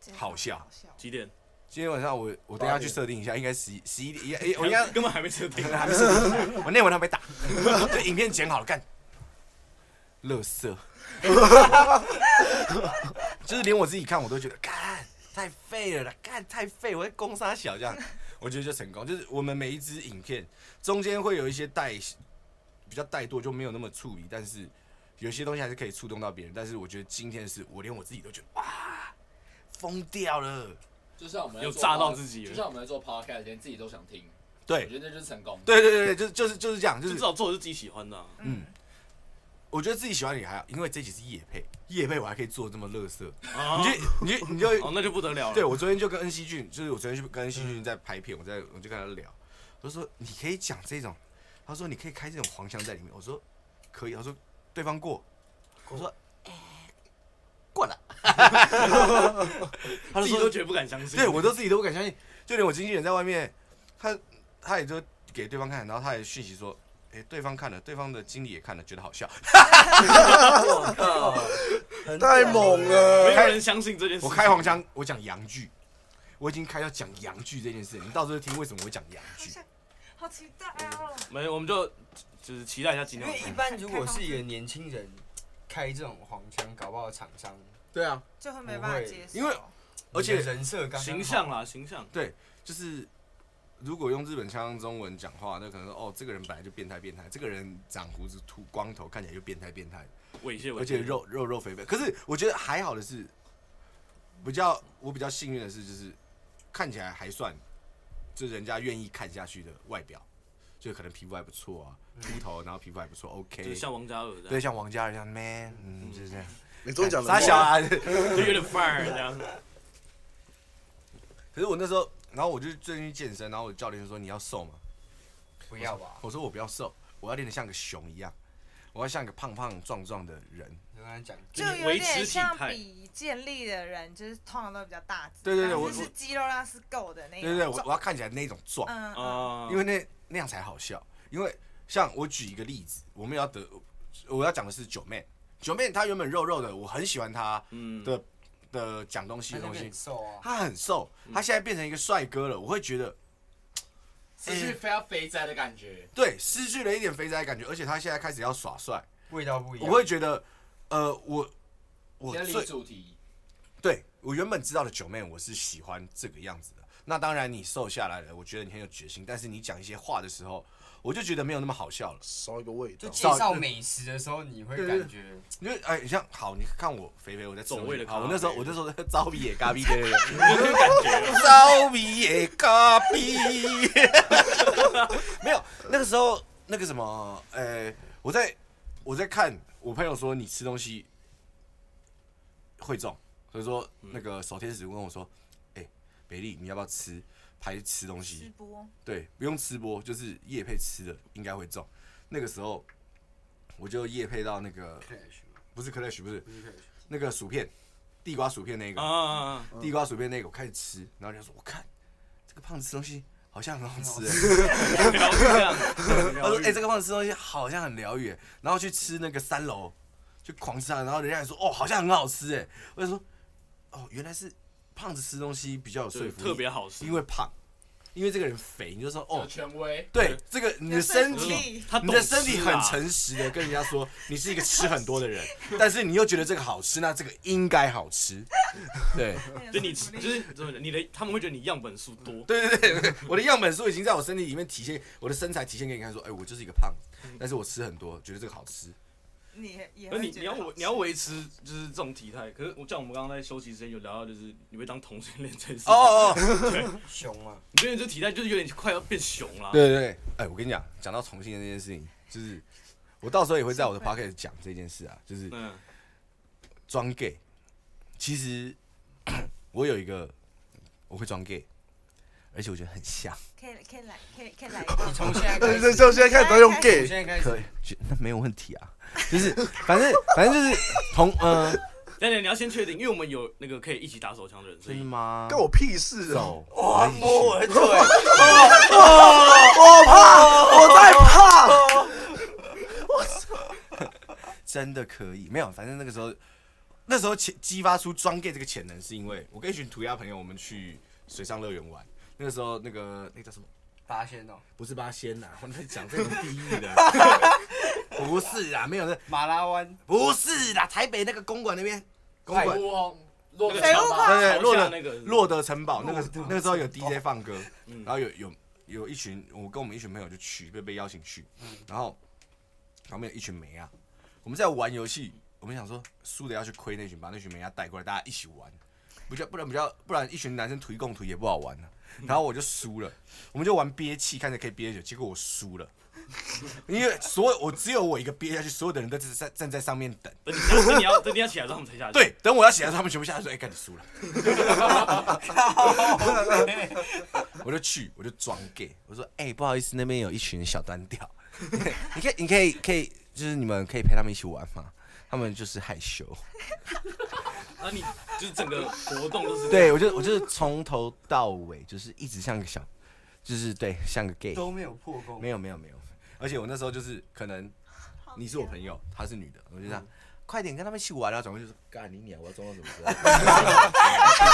Speaker 5: 真的
Speaker 4: 好笑
Speaker 5: 好笑。
Speaker 1: 几点？
Speaker 4: 今天晚上我我等一下去设定一下，应该十一十一点，也我应该
Speaker 1: 根本还没设定
Speaker 4: 可，能还没设定好我内文还没打， 这影片剪好了，干，乐色， 就是连我自己看我都觉得干太废了啦，干太废，我在攻杀小这样，我觉得就成功，就是我们每一支影片中间会有一些带比较带多，就没有那么处理，但是有些东西还是可以触动到别人，但是我觉得今天是我连我自己都觉得哇疯掉了，
Speaker 6: 就像我们在
Speaker 1: 有
Speaker 6: 做
Speaker 1: 炸到
Speaker 6: pod-
Speaker 1: 自己了
Speaker 6: 就像我们在做 podcast，连自己都想听，我
Speaker 4: 对
Speaker 6: 觉得那就是成功。
Speaker 4: 对对对，就是就是就是这样，就
Speaker 1: 就至
Speaker 4: 是
Speaker 1: 少做的是自己喜欢的啊、
Speaker 4: 嗯，我觉得自己喜欢你还好，因为这集是夜配，夜配我还可以做这么乐色，
Speaker 1: 啊
Speaker 4: 你就你就你就
Speaker 1: 哦，那就不得了了。
Speaker 4: 对我昨天就跟恩熙俊，就是我昨天去跟恩熙俊在拍片，我在我就跟他聊，我就说你可以讲这种，他说你可以开这种黄腔在里面，我说可以，他说对方过，我说、哎过了，
Speaker 1: 自
Speaker 4: 他就
Speaker 1: 己都
Speaker 4: 说
Speaker 1: 觉得不敢相信。
Speaker 4: 对我都自己都不敢相信，就连我经纪人在外面，他他也就给对方看，然后他也讯息说。哎、对方看了，对方的经理也看了，觉得好笑。
Speaker 2: 我靠，很
Speaker 3: 太猛了
Speaker 4: 呃
Speaker 1: 没。有人相信这件事。
Speaker 4: 我开黄，腔，我讲洋剧，我已经开到讲洋剧这件事，你到时候听为什么我会讲洋
Speaker 5: 好
Speaker 4: 剧。
Speaker 5: 想，好期待
Speaker 4: 啊
Speaker 5: 哦！
Speaker 1: 没，我们就就是期待一下今
Speaker 2: 因
Speaker 1: 天晚
Speaker 2: 为
Speaker 1: 上。
Speaker 2: 一般如果是一个年轻人开这种黄腔，搞不好厂商
Speaker 4: 对啊，
Speaker 5: 就会没办法接受，
Speaker 4: 因为而且
Speaker 2: 你的人设刚刚好
Speaker 1: 形象啦，形象。
Speaker 4: 就是如果用日本腔中文讲话，那可能说哦，这个人本来就变态变态，这个人长胡子秃光头，看起来就变态变态，
Speaker 1: 猥亵猥亵。
Speaker 4: 而且肉肉肉肥肥。可是我觉得还好的是，比较我比较幸运的是，就是看起来还算，就人家愿意看下去的外表，就可能皮肤还不错啊，秃头，然后皮肤还不错
Speaker 1: 就
Speaker 4: ，OK，
Speaker 1: 是像王嘉尔这
Speaker 4: 对，
Speaker 1: 样，
Speaker 4: 像王嘉尔一样 man，嗯，就是这样。
Speaker 3: 你终于讲得
Speaker 4: 傻小
Speaker 3: 好
Speaker 4: 啊！
Speaker 1: 就有点范儿这样。
Speaker 4: 可是我那时候，然后我就最近去健身，然后我教练就说你要瘦吗？
Speaker 2: 不要吧，
Speaker 4: 我说我不要瘦，我要练得像个熊一样，我要像个胖胖壮壮的人。
Speaker 2: 就跟他讲，
Speaker 5: 就
Speaker 1: 你
Speaker 5: 有
Speaker 1: 维持
Speaker 5: 点
Speaker 1: 体
Speaker 5: 像
Speaker 1: 态
Speaker 5: 比健力的人，就是通常都比较大只，
Speaker 4: 对对对
Speaker 5: 然后
Speaker 4: 我
Speaker 5: 就是
Speaker 4: 我
Speaker 5: 肌肉量是够的那一
Speaker 4: 对对对，
Speaker 5: 种
Speaker 4: 我我要看起来那种壮，
Speaker 5: 哎嗯嗯，
Speaker 1: 啊，
Speaker 4: 因为那那样才好笑。因为像我举一个例子，我们要得我要讲的是九妹，九妹她原本肉肉的，我很喜欢她
Speaker 1: 嗯，
Speaker 4: 的的讲东西
Speaker 2: 他
Speaker 4: 的
Speaker 2: 就
Speaker 4: 东
Speaker 2: 变
Speaker 4: 西
Speaker 2: 很。瘦啊，
Speaker 4: 她很瘦，她现在变成一个帅哥了，我会觉得
Speaker 6: 失去非要肥宅的感觉，
Speaker 4: 对失去了一点肥宅的感觉，而且她现在开始要耍帅，
Speaker 2: 味道不一样。
Speaker 4: 我会觉得呃我我
Speaker 6: 先
Speaker 4: 最
Speaker 6: 离主题。
Speaker 4: 对我原本知道的九妹，我是喜欢这个样子的。那当然，你瘦下来了，我觉得你很有决心。但是你讲一些话的时候，我就觉得没有那么好笑了。
Speaker 3: 少一个味
Speaker 2: 就
Speaker 3: 道。
Speaker 2: 介绍美食的时候，你会感觉
Speaker 4: 因为哎，你像好，你看我肥肥，我在吃
Speaker 1: 走
Speaker 4: 东
Speaker 1: 位
Speaker 4: 西。
Speaker 1: 的
Speaker 4: 好，我
Speaker 1: 咖
Speaker 4: 那时候
Speaker 1: 啡
Speaker 4: 我那时候 在招比野咖比，对对对，
Speaker 1: 有这种感觉。
Speaker 4: 招比野咖比。 没有，那个时候那个什么，呃，我在我在看我朋友说你吃东西会中，所以说
Speaker 1: 嗯
Speaker 4: 那个守天使问我说，哎、北丽你要不要吃排吃东西？
Speaker 5: 直 播
Speaker 4: 对，不用吃播，就是夜配吃的应该会中。那个时候我就夜配到那个
Speaker 2: Clash 嘛
Speaker 4: 不是 Clash，不是
Speaker 2: 不是 Clash
Speaker 4: 那个薯片，地瓜薯片那个，
Speaker 1: 啊，
Speaker 4: 地瓜薯片那个，我开始吃，然后人家说我看这个胖子吃东西好像很好吃、欸，
Speaker 1: 聊这样。
Speaker 4: 他说哎、这个胖子吃东西好像很疗愈欸、然后去吃那个三楼就狂吃啊，然后人家也说哦好像很好吃哎、我就说哦原来是胖子吃东西比较有说
Speaker 1: 对，
Speaker 4: 服力，
Speaker 1: 特别好吃，
Speaker 4: 因为胖，因为这个人肥，你就说
Speaker 6: 有
Speaker 4: 哦
Speaker 6: 权威，
Speaker 4: 对这个你的身
Speaker 5: 有说服力
Speaker 4: 体。
Speaker 1: 他
Speaker 4: 你的身体很诚实的跟人家说你是一个吃很多的人，但是你又觉得这个好吃，那这个应该好吃。对
Speaker 1: 就你吃就是怎么讲你的，他们会觉得你样本数多，
Speaker 4: 对对对，我的样本数已经在我身体里面体现，我的身材体现给你看，说，哎、我就是一个胖子，但是我吃很多，觉得这个好吃。
Speaker 5: 你也
Speaker 1: 而
Speaker 5: 会
Speaker 1: 你
Speaker 5: 觉
Speaker 1: 你
Speaker 5: 得
Speaker 1: 要
Speaker 5: 好
Speaker 1: 维
Speaker 5: 吃
Speaker 1: 你要维持就是这种体态，可是我像我们刚刚在休息时间有聊到，就是你会当同性恋这件事情，
Speaker 4: 哦哦，
Speaker 2: 熊嘛，
Speaker 1: 你觉得你这体态就是有点快要变熊了。
Speaker 4: 对对对，哎、我跟你讲，讲到重庆的这件事情，就是我到时候也会在我的 p o c k e t 讲这件事啊，就是
Speaker 1: 嗯，
Speaker 4: 装 gay。其实 我有一个，我会装 gay，而且我觉得很像。
Speaker 5: 可以可以来可以可以 来一
Speaker 2: 你
Speaker 5: 个，
Speaker 2: 从现在开
Speaker 3: 对
Speaker 2: 始，
Speaker 3: 对，
Speaker 2: 从
Speaker 3: 就现在呃开始都用
Speaker 2: 现
Speaker 3: gay，
Speaker 2: 在开
Speaker 4: 可
Speaker 2: 始
Speaker 4: 以，就 那没有问题啊。就是反正反正就是同呃，
Speaker 1: 但是你要先确定，因为我们有那个可以一起打手枪的人，所
Speaker 4: 真
Speaker 1: 以
Speaker 4: 的吗？
Speaker 3: 干我屁事啊！
Speaker 4: 走，哇摸我
Speaker 2: 我的腿，
Speaker 3: 我怕，我在怕。
Speaker 4: 真的可以，没有，反正那个时候，那时候激激发出装 gay 这个潜能，是因为我跟一群涂鸦朋友我们去水上乐园玩，那个时候那个那个叫什么？
Speaker 2: 发现哦，
Speaker 4: 不是八仙呐、我在讲这种地狱的， 不是啊，没有那
Speaker 2: 马拉湾
Speaker 4: 不是啦，台北那个公馆那边，公
Speaker 2: 哎
Speaker 4: 馆
Speaker 6: 富翁，落
Speaker 1: 那个
Speaker 5: 谁
Speaker 1: 桥
Speaker 5: 会
Speaker 1: 吧
Speaker 5: 画
Speaker 4: 对对，
Speaker 1: 桥
Speaker 4: 洛
Speaker 1: 下
Speaker 4: 德
Speaker 1: 那个
Speaker 4: 洛德城堡那个
Speaker 2: 洛德
Speaker 4: 那个时候有 DJ 放歌，
Speaker 1: 哦嗯
Speaker 4: 然后有有有一群我跟我们一群朋友就去被被邀请去，
Speaker 1: 嗯
Speaker 4: 然后旁边有一群梅啊，我们在玩游戏，我们想说输的要去亏那群，把那群梅啊带过来，大家一起玩。不叫不然比较不然一群男生推共推也不好玩 了、然后我就输了，我们就玩憋气，看谁可以憋得久，结果我输了。因为所有我只有我一个憋下去，所有的人都只是站站在上面等。
Speaker 1: 等你要等你要等你要起来之后，我们才下去。，
Speaker 4: 对，等我要起来的时候，他们全部下来说：“哎、干你输了。” 我就去，我就装 gay，我说：“哎、不好意思，那边有一群小单调， 你可以，你可以，可以，就是你们可以陪他们一起玩吗？他们就是害羞。
Speaker 1: 那你就是整个活动都是
Speaker 4: 对我就我就是从头到尾就是一直像个小，就是对像个 gay，
Speaker 2: 都没有破功，
Speaker 4: 没有没有没有，而且我那时候就是可能你是我朋友，她是女的，我就这样。快点跟他们一起玩啊！转过去说：“干你娘！我要装到什么啊时候？”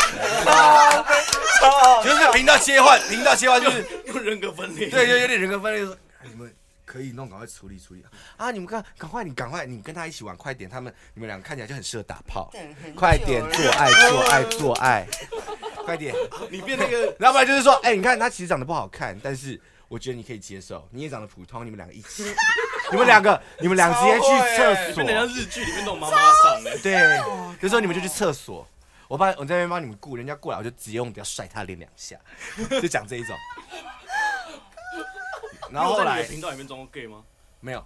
Speaker 4: 就是频道切换，频道切换就是
Speaker 1: 用人格分裂。
Speaker 4: 对，就有点人格分裂，就说哎你们可以弄，赶快处理处理啊！你们赶赶快，你赶快，你跟他一起玩，快点！他们你们两个看起来就很适合打炮，快点做爱做爱做爱，快点！
Speaker 1: 你变那个
Speaker 4: 要不然就是说，哎、你看他其实长得不好看，但是我觉得你可以接受，你也长得普通，你们两个一 起，你们两个你们两个直接去厕
Speaker 1: 变得像
Speaker 4: 所，
Speaker 1: 日剧里面那种妈妈桑哎。
Speaker 4: 对，就说你们
Speaker 1: 哦
Speaker 4: 就去厕所。我帮我在那边帮你们顾，人家过来我就直接用比较甩他脸两下，就讲这一种。 然后
Speaker 1: 你有
Speaker 4: 后
Speaker 1: 在你
Speaker 4: 来
Speaker 1: 的频道里面装过 gay 吗？
Speaker 4: 没有，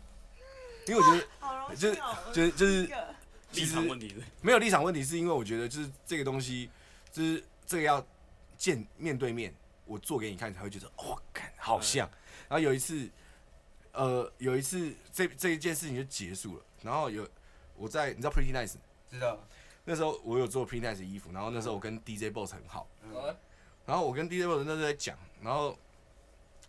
Speaker 4: 因为我觉得
Speaker 5: 好容易哦
Speaker 4: 就是就是就是
Speaker 1: 立
Speaker 4: 其实
Speaker 1: 场问题的。
Speaker 4: 没有立场问题，是因为我觉得就是这个东西，就是这个要见面对面，我做给你看才会觉得哇，看好像。然后有一次，呃，有一次这这一件事情就结束了。然后有我在你知道 Pretty Nice
Speaker 2: 知道？
Speaker 4: 那时候我有做 Pretty Nice 的衣服，然后那时候我跟 DJ Boss 很好，
Speaker 6: 呃
Speaker 4: 然后我跟 DJ Boss 那时候在讲，然后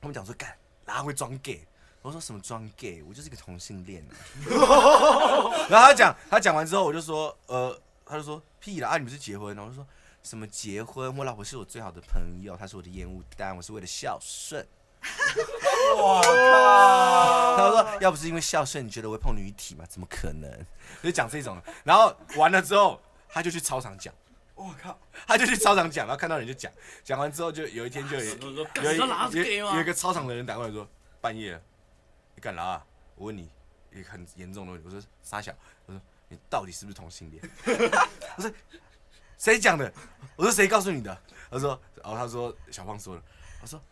Speaker 4: 他们讲说干，然后会装 gay。我说什么装 gay？我就是一个同性恋、啊。 然后他讲，他讲完之后，我就说，呃，他就说屁啦，啊，你们是结婚？然后我就说什么结婚？我老婆是我最好的朋友，她是我的烟雾弹，我是为了孝顺。哇靠！他说要不是因为孝顺，你觉得我会碰女体吗？怎么可能？就讲这种。然后完了之后，他就去操场讲。
Speaker 2: 我靠，
Speaker 4: 他就去操场讲，然后看到人就讲，讲完之后就有一天就有
Speaker 1: 我说干
Speaker 4: 有一
Speaker 1: 你要拿
Speaker 4: 有
Speaker 1: gay 吗
Speaker 4: 有一个操场的人打过来说，半夜了你干啥、啊？我问你一个很严重的问题，我说傻小，我说你到底是不是同性恋？ 我说谁讲的？我说谁告诉你的？他说，然后他说小胖说了，他说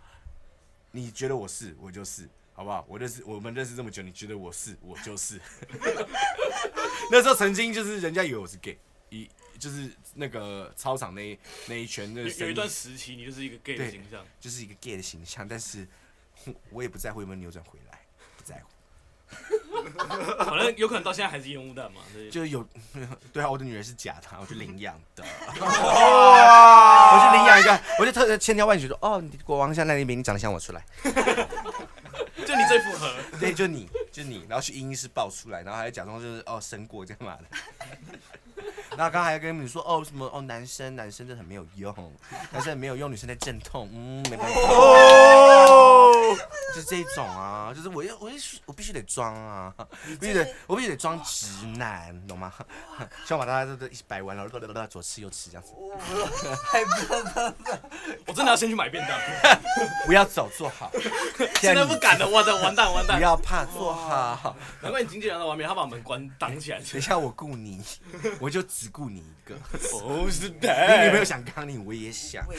Speaker 4: 你觉得我是，我就是，好不好？我认识我们认识这么久，你觉得我是，我就是。 那时候曾经就是人家以为我是 gay，一就是那个操场那一那一圈的
Speaker 1: 有
Speaker 4: 生
Speaker 1: 有
Speaker 4: 意
Speaker 1: 一段时期，你就是一个 gay 的
Speaker 4: 对
Speaker 1: 形象。
Speaker 4: 就是一个 gay 的形象，但是 哼我也不在乎有没有扭转回来，不在乎。
Speaker 1: 反正有可能到现在还是烟雾弹嘛。对
Speaker 4: 就是有， 对啊，我的女儿是假的，我去领养的， 我去领养一个，我就特地千挑万选说，哦，你国王像那一边，你长得像我出来，
Speaker 1: 就你最符合。
Speaker 4: 对，就你，就你，然后去阴医室抱出来，然后还假装就是哦生过干嘛的， 然后刚才还跟你说哦什么哦男生男生真的很没有用，男生很没有用，女生在阵痛，嗯，没办法，
Speaker 1: 哦
Speaker 4: 就是这一种啊，就是我要我要我必须得装啊，必须得我必须得装直男，懂吗？希望把大家都都一起掰弯，然后左吃右吃这样子，
Speaker 1: 我真的要先去买便当，
Speaker 4: 不要走，做好，
Speaker 1: 现在不敢哦了，完蛋完蛋完
Speaker 4: 不
Speaker 1: 蛋。
Speaker 4: 要怕，做好。
Speaker 1: 难怪你经纪人的完美，他把门关挡起来。
Speaker 4: 等一下我雇你，我就只雇你一个。
Speaker 1: 不是
Speaker 4: 你
Speaker 1: 的
Speaker 4: 女朋友想刚你，我也想。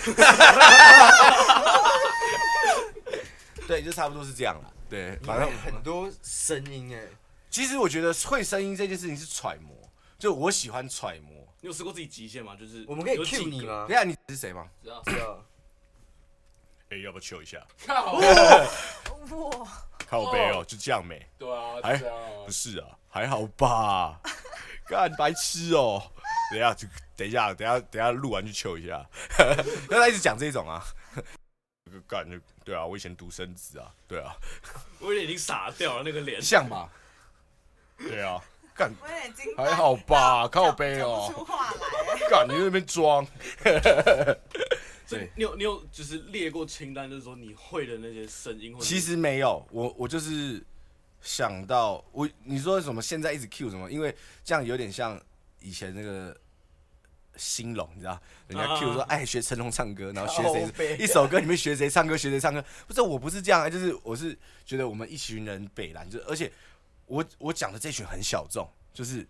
Speaker 4: 对，就差不多是这样了。对，
Speaker 2: 反
Speaker 4: 反正
Speaker 2: 正很多声音哎，
Speaker 4: 其实我觉得会声音这件事情是揣摩，就我喜欢揣摩。
Speaker 1: 你有试过自己极限吗？就是
Speaker 2: 我们可以
Speaker 1: 有几
Speaker 2: cue
Speaker 1: 个
Speaker 2: 你？吗
Speaker 4: 等一？下你是谁吗？
Speaker 6: 知道
Speaker 2: 知道？
Speaker 4: 哎、要不要求一下？
Speaker 6: 靠，
Speaker 4: 哦
Speaker 5: 哇，
Speaker 4: 靠
Speaker 6: 背哦
Speaker 4: 就这样没？
Speaker 6: 对啊，
Speaker 4: 哎
Speaker 6: 这样
Speaker 4: 是啊，还好吧。 干白痴哦、等一下，就等一下，等一下，等一下录完去求一下。 那他一直讲这种啊， 干就对啊，我以前独生子啊，对啊，
Speaker 1: 我有点已经傻掉了那个脸。
Speaker 4: 像吧？对啊，干
Speaker 5: 我有点惊呆，
Speaker 4: 还好吧，靠背
Speaker 5: 讲不
Speaker 4: 哦，
Speaker 5: 出话来。
Speaker 4: 干你在那边装，
Speaker 1: 所以你有你有就是列过清单，就是说你会的那些声音或者
Speaker 4: 其实没有，我我就是想到我你说什么现在一直 Q 什么，因为这样有点像以前那个兴隆，你知道，人家
Speaker 1: 啊
Speaker 4: Q 说哎学成龙唱歌，然后学
Speaker 2: 靠背
Speaker 4: 谁一首歌里面学谁唱歌，学谁唱歌，不是我不是这样，哎就是我是觉得我们一群人北蓝，就是而且我我讲的这
Speaker 1: 啊
Speaker 4: 群很小众，就是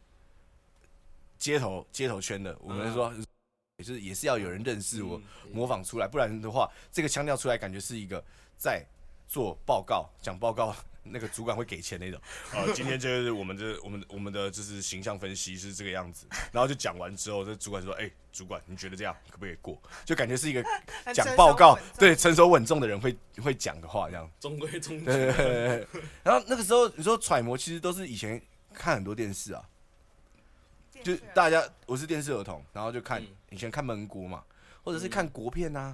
Speaker 4: 街头街头圈的，我们说。 也就是也是要有人认识我，
Speaker 6: 嗯
Speaker 4: 模仿出来，不然的话，这个腔调出来感觉是一个在做报告、讲报告，那个主管会给钱那种。呃，今天就是我们的、我们、我们的就是形象分析是这个样子，然后就讲完之后，这主管说：“哎、主管，你觉得这样可不可以过？”就感觉是一个
Speaker 5: 很
Speaker 4: 讲
Speaker 5: 成熟
Speaker 4: 报告
Speaker 5: 稳重，
Speaker 4: 对成熟稳重的人会会讲的话这样。
Speaker 1: 中规中矩。
Speaker 4: 对对对对。然后那个时候你说揣摩，其实都是以前看很多电视啊，就大家我是电视儿童，然后就看、
Speaker 1: 嗯
Speaker 4: 以前看蒙古嘛，或者是看国片啊，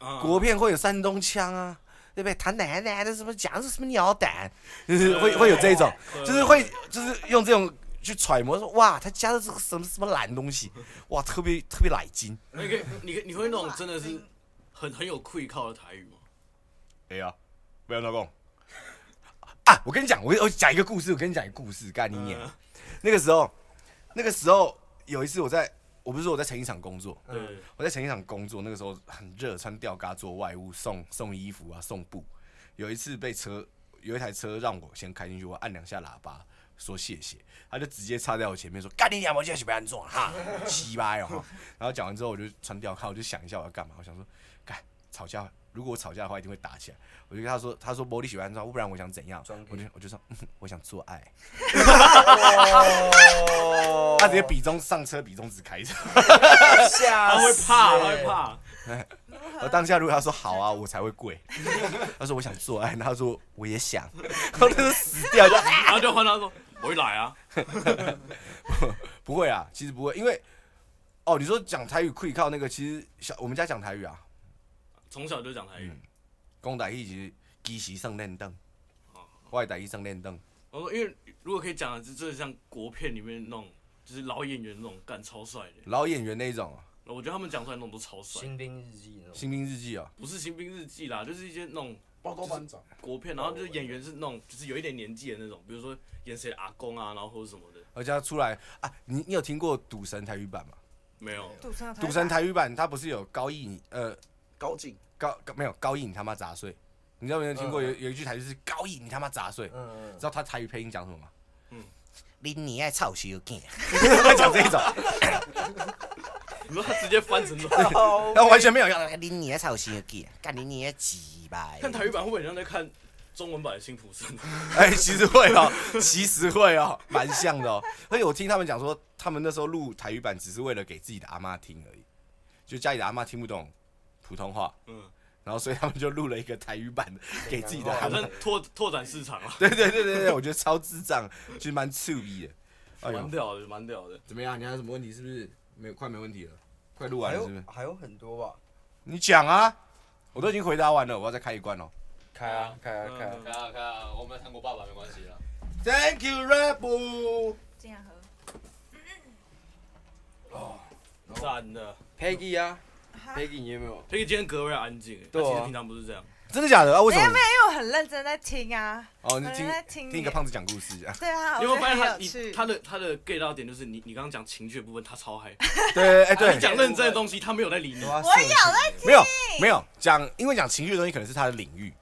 Speaker 1: 啊
Speaker 4: 国片会有山东腔啊。对不对？他奶奶的什么讲是什么鸟胆，就是会会有这种，
Speaker 1: 对
Speaker 4: 就是会就是用这种去揣摩说，哇，他加的是个什么什么懒东西，哇，特别特别来劲。
Speaker 1: 你可以，你可以你会那种真的是很很有愧靠的台语吗？
Speaker 4: 哎呀，不要老公啊！我跟你讲，我我讲一个故事，我跟你讲一个故事，干你娘！
Speaker 1: 嗯
Speaker 4: 那个时候，那个时候有一次我在，我不是说我在成衣厂工作，
Speaker 1: 对，
Speaker 4: 我在成衣厂工作，那个时候很热，穿吊嘎做外务，送送衣服啊，送布。有一次被车，有一台车让我先开进去，我按两下喇叭说谢谢，他就直接插在我前面说：“干你娘！我现在是被安装哈，鸡巴哦。哈”然后讲完之后，我就穿吊嘎，我就想一下我要干嘛，我想说，干吵架。如果我吵架的话，一定会打起来。我就跟他说：“他说玻璃喜欢装，不然我想怎样
Speaker 2: 装？”
Speaker 4: 我就
Speaker 2: 逼
Speaker 4: 我就说、嗯：“我想做爱。
Speaker 2: 哦
Speaker 4: 他直接比中上车，比中指开着。
Speaker 2: 吓
Speaker 1: 他会
Speaker 2: 死
Speaker 1: 怕，
Speaker 2: 欸
Speaker 1: 他会。怕。
Speaker 4: 我当下如果他说好啊，我才会跪。他说我想做爱，然后他说我也想， 然后他就死掉就 啊
Speaker 1: 然后就换他说我会来啊，
Speaker 4: 不会啊，其实不会，因为哦，你说讲台语跪靠那个，其实小我们家讲台语啊，
Speaker 1: 从小就讲台语。
Speaker 4: 公台语其实基席上练凳，外台语上练凳，
Speaker 1: 我哦说因为如果可以讲的，就真的像国片里面那种，就是老演员那种干超帅的。哦
Speaker 4: 老演员那一种啊，
Speaker 1: 我觉得他们讲出来那种都超帅，
Speaker 2: 新兵日记那
Speaker 4: 《
Speaker 2: 种，
Speaker 4: 新兵日记》啊，
Speaker 1: 不是《新兵日记》啦，就是一些那种
Speaker 3: 报告班长，
Speaker 1: 国片，然后就是演员是那种就是有一点年纪的那种，比如说演谁的阿公啊，然后或者什么的。
Speaker 4: 而且他出来啊，你你有听过赌神台语版吗？
Speaker 1: 没有，
Speaker 5: 赌神
Speaker 4: 赌神台语版它不是有高义你呃
Speaker 3: 高进，
Speaker 4: 高高没有高义你他妈杂碎，你知道有没有听
Speaker 2: 嗯
Speaker 4: 过有有一句台语是高义你他妈杂碎，
Speaker 2: 嗯
Speaker 4: 知，道他台语配音讲什么吗？
Speaker 1: 嗯，
Speaker 4: 恁你爱臭小囝，他讲这一种，
Speaker 1: 你说他直接翻成那种，
Speaker 4: 然后完全没有用。恁你爱臭小囝，干恁你爱鸡巴。
Speaker 1: 看台语版会不会很像在看中文版的《辛普森》？
Speaker 4: 哎，其实会哦，其实会哦，蛮像的哦。而且我听他们讲说，他们那时候录台语版只是为了给自己的阿妈听而已，就家里的阿妈听不懂普通话，
Speaker 1: 嗯，哦
Speaker 4: 然后所以他们就录了一个台语版给自己的阿
Speaker 1: 好
Speaker 4: 妈
Speaker 1: 像。拓拓展市场啊，
Speaker 4: 对对对对对，我觉得超智障，其实蛮刺鼻的。哎
Speaker 1: 蛮
Speaker 4: 呦，
Speaker 1: 屌的，蛮屌的。
Speaker 4: 怎么样？你还有什么问题？是不是没有快没问题了？快录
Speaker 2: 还
Speaker 4: 完了是不
Speaker 2: 有
Speaker 4: 是？
Speaker 2: 还有很多吧，
Speaker 4: 你讲啊，我都已经回答完了，我要再开一罐哦。
Speaker 2: 开啊开啊开啊
Speaker 1: 嗯，
Speaker 6: 看啊看啊，我们有韩国爸爸没关系啦。
Speaker 4: Thank you, Rebel。
Speaker 5: 这样喝，
Speaker 1: 赞的。
Speaker 2: Peggy 啊
Speaker 5: 哈
Speaker 2: ，Peggy 你有没有？
Speaker 1: 所以今天格外安静，欸
Speaker 2: 对
Speaker 1: 他
Speaker 2: 啊
Speaker 1: 其实平常不是这样。
Speaker 4: 真的假的啊？为
Speaker 5: 没
Speaker 4: 什
Speaker 5: 有
Speaker 4: 么
Speaker 5: 没？有，因为我很认真在听啊。
Speaker 4: 哦，你
Speaker 5: 我
Speaker 4: 听
Speaker 5: 在听你欸
Speaker 4: 听一个胖子讲故 事啊？
Speaker 5: 对啊，
Speaker 1: 你有
Speaker 5: 我
Speaker 1: 没有
Speaker 5: 觉
Speaker 1: 发
Speaker 5: 得
Speaker 1: 现
Speaker 5: 很
Speaker 1: 他
Speaker 5: 有趣
Speaker 1: 你他的他的 get 到点就是你你刚刚讲情绪的部分，他超嗨。
Speaker 4: 对，哎对
Speaker 1: 你， 讲认真的东西，他没有在理你。
Speaker 2: 我
Speaker 5: 我有在
Speaker 4: 没有没有讲，因为讲情绪的东西可能是他的领域，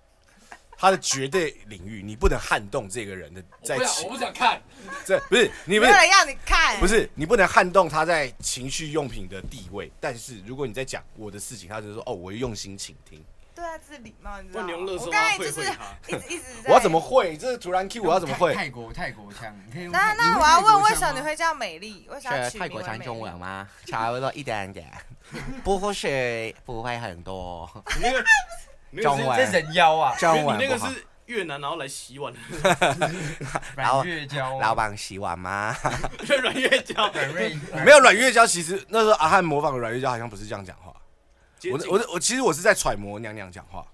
Speaker 4: 他的绝对领域，你不能撼动这个人的
Speaker 6: 我
Speaker 4: 在
Speaker 6: 不想，我
Speaker 4: 情，
Speaker 6: 不想看。
Speaker 4: 这不是你不
Speaker 5: 没
Speaker 4: 是
Speaker 5: 有人要你看，
Speaker 4: 不是你不能撼动他在情绪用品的地位，但是如果你在讲我的事情，他就说哦，我用心倾听。
Speaker 5: 对啊，这是礼貌，你知
Speaker 1: 不
Speaker 5: 道
Speaker 1: 然你用乐
Speaker 5: 吗？
Speaker 1: 色
Speaker 5: 我刚才
Speaker 1: 话
Speaker 5: 就是
Speaker 1: 会会他
Speaker 5: 一直一直在
Speaker 4: 我要怎么？会？这是突然 Q，我要怎么会？
Speaker 2: 泰国泰国腔，你可以用泰。
Speaker 5: 那那我要问，为什么你会叫美丽？为啥要取
Speaker 7: 泰
Speaker 5: 名
Speaker 7: 国
Speaker 5: 为
Speaker 7: 腔
Speaker 5: 美
Speaker 7: 中
Speaker 5: 丽？
Speaker 7: 文吗？差不多一 点点，不是不会很多。
Speaker 1: 你那个你那个
Speaker 7: 中
Speaker 1: 是
Speaker 7: 文
Speaker 2: 这人妖啊，
Speaker 7: 中
Speaker 1: 你
Speaker 7: 文
Speaker 1: 那
Speaker 7: 不
Speaker 1: 个
Speaker 7: 好。
Speaker 1: 是越南，然后来洗碗的，
Speaker 2: 软月娇，
Speaker 7: 老板洗碗吗？
Speaker 1: 软月 娇。
Speaker 2: 软月
Speaker 4: 没有阮月娇，其实那时候阿汉模仿阮月娇，好像不是这样讲话。
Speaker 1: 接
Speaker 4: 我
Speaker 1: 近
Speaker 4: 我我其实我是在揣摩娘娘讲话。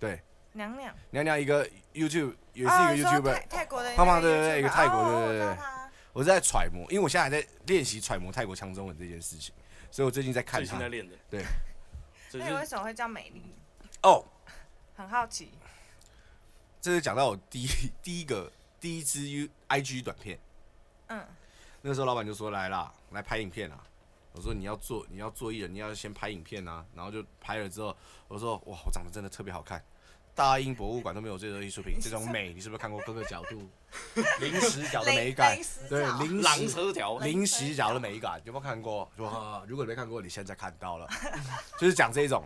Speaker 4: 对，
Speaker 5: 娘娘
Speaker 4: 娘娘一个 YouTube 也是
Speaker 5: 哦
Speaker 4: 一
Speaker 5: 你
Speaker 4: 个
Speaker 5: 说
Speaker 4: YouTuber，、
Speaker 5: 泰泰国的那
Speaker 4: 胖胖
Speaker 5: 个
Speaker 4: 对对对
Speaker 5: YouTuber
Speaker 4: 一个泰国对
Speaker 5: 哦
Speaker 4: 对对
Speaker 5: 我知道他
Speaker 4: 我是在揣摩，因为我现在还在练习揣摩泰国腔中文这件事情，所以我最近在看
Speaker 1: 最
Speaker 4: 他
Speaker 1: 近在。练的。
Speaker 4: 对，
Speaker 1: 所以
Speaker 5: 那
Speaker 1: 就
Speaker 5: 你为
Speaker 1: 是
Speaker 5: 什么会叫美丽？
Speaker 4: 哦，
Speaker 5: 很好奇。
Speaker 4: 这是讲到我第一第一个第一支 U IG 短片，
Speaker 5: 嗯，
Speaker 4: 那时候老板就说来啦，来拍影片啊。我说你要做你要做艺人，你要先拍影片啊。然后就拍了之后，我说哇，我长得真的特别好看，大英博物馆都没有这种艺术品，这种美，你是不是看过各个角度， 零食角的
Speaker 5: 零
Speaker 4: 美感
Speaker 5: 零食？
Speaker 4: 对
Speaker 5: 角，
Speaker 4: 零
Speaker 1: 狼
Speaker 4: 食
Speaker 1: 车条，
Speaker 4: 零食角的美感，有没有看过？哇，如果你没看过，你现在看到了， 就是讲这种。